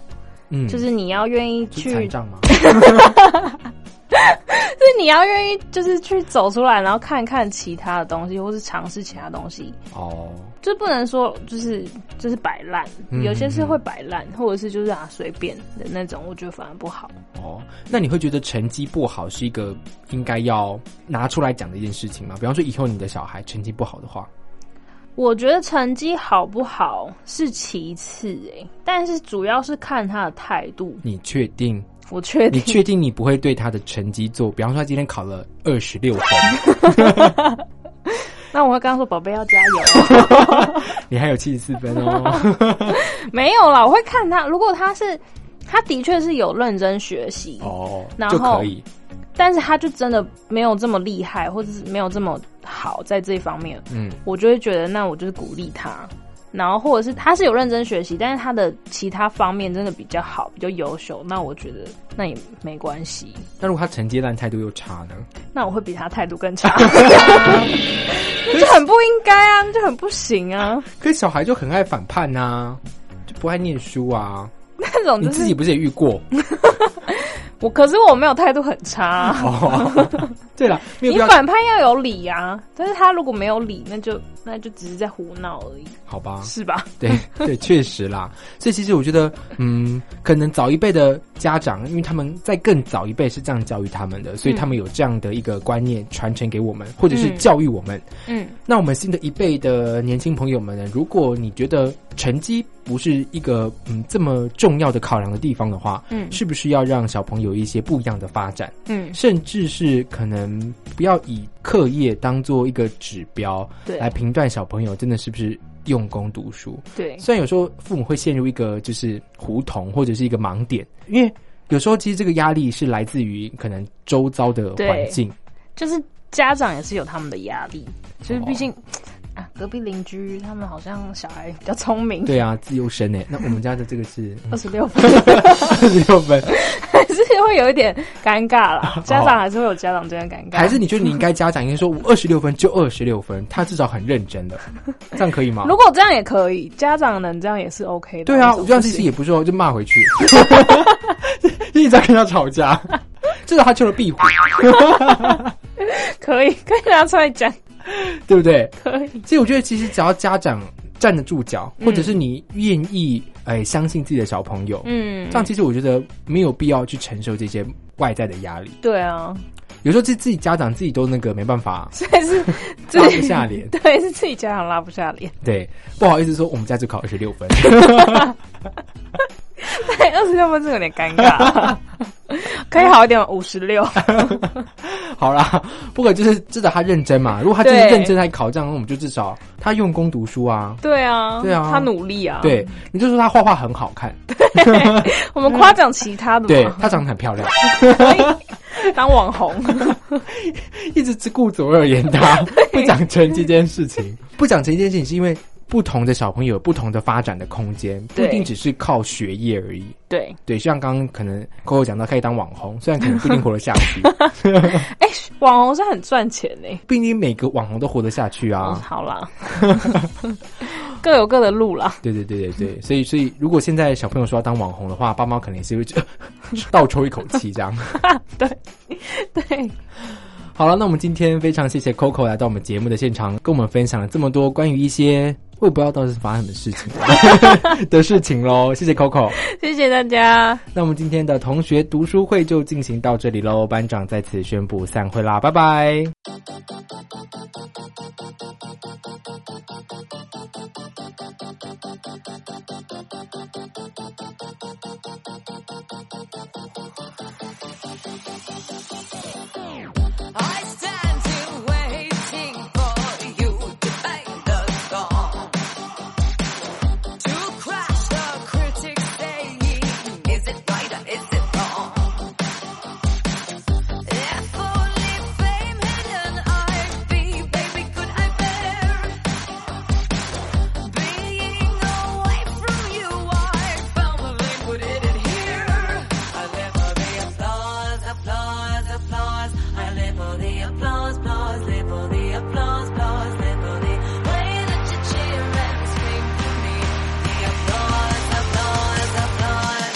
[SPEAKER 3] 嗯，
[SPEAKER 8] 就是你要愿意
[SPEAKER 3] 是
[SPEAKER 8] 去，
[SPEAKER 3] 残障吗？
[SPEAKER 8] 就是你要愿意，就是去走出来，然后看看其他的东西，或是尝试其他东西。
[SPEAKER 3] 哦，
[SPEAKER 8] 就不能说就是就是摆烂，
[SPEAKER 3] 嗯
[SPEAKER 8] 有些是会摆烂，或者是就是啊随便的那种，我觉得反而不好。
[SPEAKER 3] 哦，那你会觉得成绩不好是一个应该要拿出来讲的一件事情吗？比方说以后你的小孩成绩不好的话，
[SPEAKER 8] 我觉得成绩好不好是其次、诶，但是主要是看他的态度。
[SPEAKER 3] 你确定？
[SPEAKER 8] 我确
[SPEAKER 3] 你
[SPEAKER 8] 定，
[SPEAKER 3] 确定你不会对他的成绩做？比方说他今天考了二十六分，
[SPEAKER 8] 那我会跟他说：“宝贝，要加油。啊
[SPEAKER 3] 你还有七十四分哦。
[SPEAKER 8] ”没有啦，我会看他。如果他是他的确是有认真学习，
[SPEAKER 3] 哦
[SPEAKER 8] 然
[SPEAKER 3] 就
[SPEAKER 8] 后
[SPEAKER 3] 可以，
[SPEAKER 8] 但是他就真的没有这么厉害，或者是没有这么好在这一方面，
[SPEAKER 3] 嗯，
[SPEAKER 8] 我就会觉得那我就是鼓励他，然后或者是他是有认真学习，但是他的其他方面真的比较好，比较优秀，那我觉得那也没关系，
[SPEAKER 3] 那如果他成绩烂，态度又差呢？
[SPEAKER 8] 那我会比他态 度更差，那就很不应该啊，那就很不行啊，
[SPEAKER 3] 可是小孩就很爱反叛呐、就不爱念书啊。
[SPEAKER 8] 那种
[SPEAKER 3] 你
[SPEAKER 8] 哦就
[SPEAKER 3] 自
[SPEAKER 8] 是嗯
[SPEAKER 3] 己不是也遇过？
[SPEAKER 8] 我，可是我没有态度很差啊、
[SPEAKER 3] 哦， 对了，嗯没有必
[SPEAKER 8] 你
[SPEAKER 3] 要
[SPEAKER 8] 反叛要有理啊，但是他如果没有理，那就那就只是在胡闹而已，
[SPEAKER 3] 好吧？
[SPEAKER 8] 是吧？
[SPEAKER 3] 对对，确实啦。所以其实我觉得，嗯，可能早一辈的家长，因为他们在更早一辈是这样教育他们的，所以他们有这样的一个观念传承给我们，或者是
[SPEAKER 8] 嗯
[SPEAKER 3] 教育我们。
[SPEAKER 8] 嗯，
[SPEAKER 3] 那我们新的一辈的年轻朋友们呢，如果你觉得成绩不是一个嗯这么重要的考量的地方的话，
[SPEAKER 8] 嗯
[SPEAKER 3] 是不是要让小朋友一些不一样的发展？
[SPEAKER 8] 嗯
[SPEAKER 3] 甚至是可能不要以课业当做一个指标
[SPEAKER 8] 对
[SPEAKER 3] 来评断小朋友真的是不是用功读书。
[SPEAKER 8] 对，
[SPEAKER 3] 虽然有时候父母会陷入一个就是胡同或者是一个盲点，因为有时候其实这个压力是来自于可能周遭的环境。
[SPEAKER 8] 就是家长也是有他们的压力，就是
[SPEAKER 3] 哦
[SPEAKER 8] 毕竟、啊，隔壁邻居他们好像小孩比较聪明，
[SPEAKER 3] 对啊，自由身诶，那我们家的这个 是
[SPEAKER 8] 二十六分
[SPEAKER 3] 二十六分，
[SPEAKER 8] 还是会有一点尴 尬啦。家长还是会有家长之间的尴尬，
[SPEAKER 3] 哦还是你觉得你应该家长应该说，我二十六分就二十六分，他至少很认真 的，这样可以吗？
[SPEAKER 8] 如果这样也可以，家长能这样也是 OK 的。
[SPEAKER 3] 对啊，
[SPEAKER 8] 为什么
[SPEAKER 3] 我这样其
[SPEAKER 8] 不
[SPEAKER 3] 实
[SPEAKER 8] 行
[SPEAKER 3] 也不是哦，就骂回去， 就一直在跟他吵 架，至少他救了壁虎，
[SPEAKER 8] 可以， 可以拿出来讲，
[SPEAKER 3] 对不对？
[SPEAKER 8] 可以。
[SPEAKER 3] 所以我觉得，其实只要家长站得住脚，
[SPEAKER 8] 嗯
[SPEAKER 3] 或者是你愿意哎、相信自己的小朋友，
[SPEAKER 8] 嗯
[SPEAKER 3] 这，样其实我觉得没有必要去承受这些外在的压力。
[SPEAKER 8] 对啊，
[SPEAKER 3] 有时候自自己家长自己都那个没办 法
[SPEAKER 8] 所以是自
[SPEAKER 3] 拉不
[SPEAKER 8] 己，
[SPEAKER 3] 下脸
[SPEAKER 8] 对，是自己家长拉不下脸。
[SPEAKER 3] 对，不好意思说我们家只考二十六分，
[SPEAKER 8] 对，二十六分是有点尴尬， 可以好一点，五十 六。
[SPEAKER 3] 好啦， 不管就是至少他认真嘛。如果他真的
[SPEAKER 8] 对
[SPEAKER 3] 认真来考这样，那我们就至少他用功读书啊。
[SPEAKER 8] 对啊，
[SPEAKER 3] 对啊
[SPEAKER 8] 他努力啊。，
[SPEAKER 3] 对，你就说他画画很好看，
[SPEAKER 8] 嗯我们夸奖其他的
[SPEAKER 3] 对
[SPEAKER 8] 嘛，
[SPEAKER 3] 他长得很漂 亮，
[SPEAKER 8] 当网红。
[SPEAKER 3] 一直只顾左右而言 他，不讲成绩这件事情，不讲成绩这件事情是因为不同的小朋友有不同的发展的空间，不一
[SPEAKER 8] 对
[SPEAKER 3] 定只是靠学业而已。
[SPEAKER 8] 对，
[SPEAKER 3] 对，就像刚刚可能 Coco 讲到可以当网红，虽然可能不一定活得下 去，
[SPEAKER 8] 哎、网红是很赚钱呢、
[SPEAKER 3] 不一定每个网红都活得下去
[SPEAKER 8] 嗯
[SPEAKER 3] 啊。
[SPEAKER 8] 好啦， 各有各的路啦。
[SPEAKER 3] 对对对对对，所以所以如果现在小朋友说要当网红的话，爸妈可能也是会 觉得倒抽一口气这样。
[SPEAKER 8] 对，
[SPEAKER 3] 好了，那我们今天非常谢谢 Coco 来到我们节目的现场，跟我们分享了这么多关于一些我也不知道到底是发生什么事情 的事情喽。谢谢 Coco，
[SPEAKER 8] 谢谢大家，
[SPEAKER 3] 那我们今天的同学读书会就进行到这里喽。班长在此宣布散会啦，拜拜。
[SPEAKER 5] I stand here waiting for you to play the song to crash the critics saying, "Is it right or is it wrong?" If only fame had an IV, baby, could I bear being away from you? I firmly put it in here. I live for the applause, applause, applause. I live for the applause, applause, live for the applause, applause, live for the way that you cheer and scream to me. The applause, applause, applause.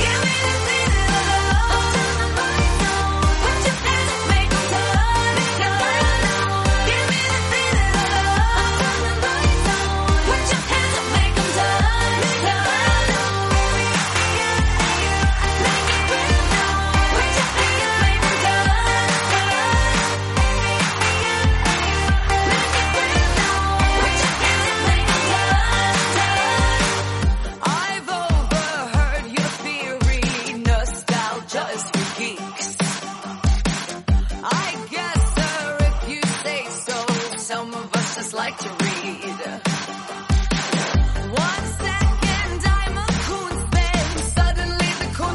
[SPEAKER 5] Give me the feeling of love. Turn the lights on. Put your hands up, make 'em turn it down. Give me the feeling of love. Turn the lights on. Put your hands up, make 'em turn it down. I've overheard your theory, nostalgia is for geeks. I guess, sir, if you say so, some of us just like to read. One second I'm a coon, then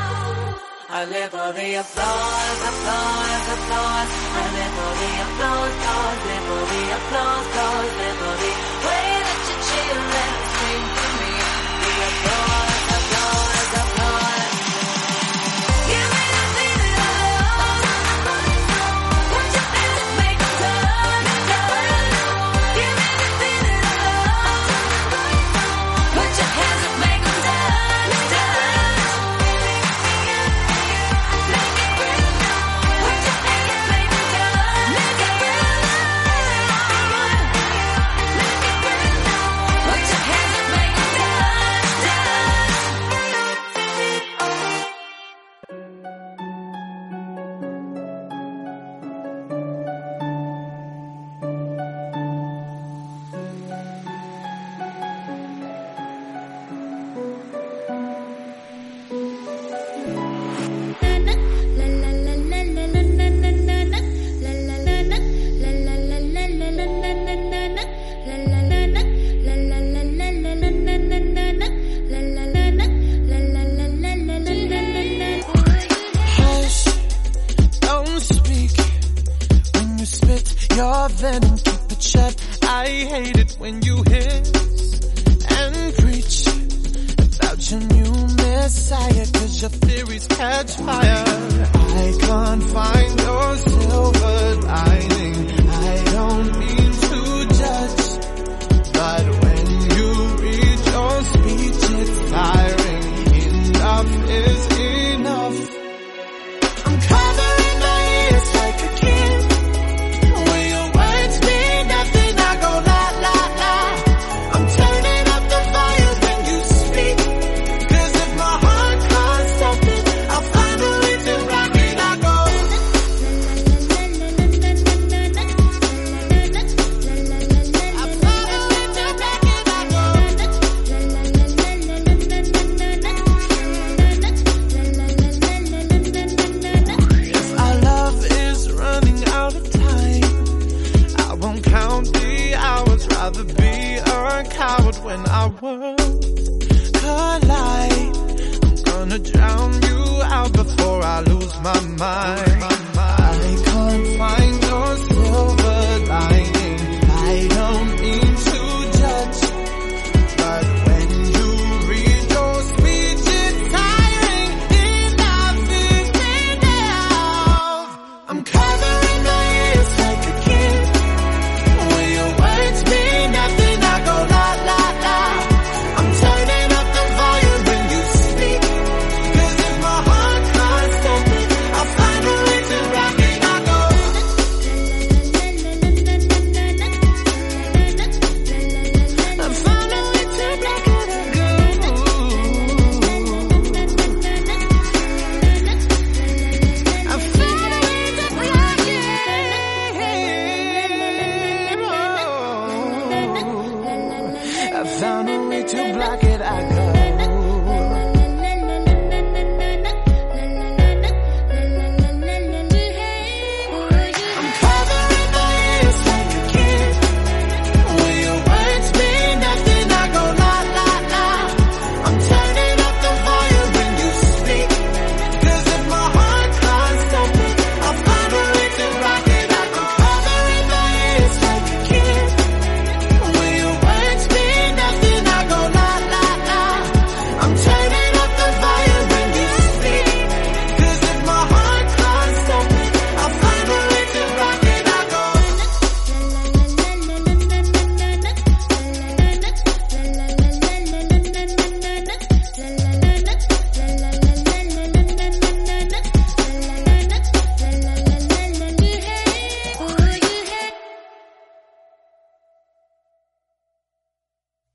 [SPEAKER 5] live for the applause, applause, applause. I live for the applause, applause, live for the applause, applause, live for the way that you cheer and sing for me. The applause, applause, applause. Give me the feeling I love. What you feel is make 'em turn and turn. Give me the feeling I love. Put your hands up, make 'em turn and turn.
[SPEAKER 6] Hush, don't speak when you spit your venom. Keep it shut. I hate it when you hiss and preach about your new messiah. Cause your theories catch fire. I can't find your silver lining. I don't mean to judge, but when you read your speech, it's tiring. Enough is enough. I'm covering my ears like a kid. When your words mean nothing, I go la la la. I'm turning up the fire when you speak. 'Cause if my heart can't stop it, I'll find a reason why can I go? I'll find a reason why can I go? If our love is running out of time, I won't count the hours. Rather be a coward when our worlds collide. I'm gonna drown you out before I lose my mind. I can't find your silver lining. I don't mean to judge, but when you read your speech, it's tiring. Enough is enough. I'm covered.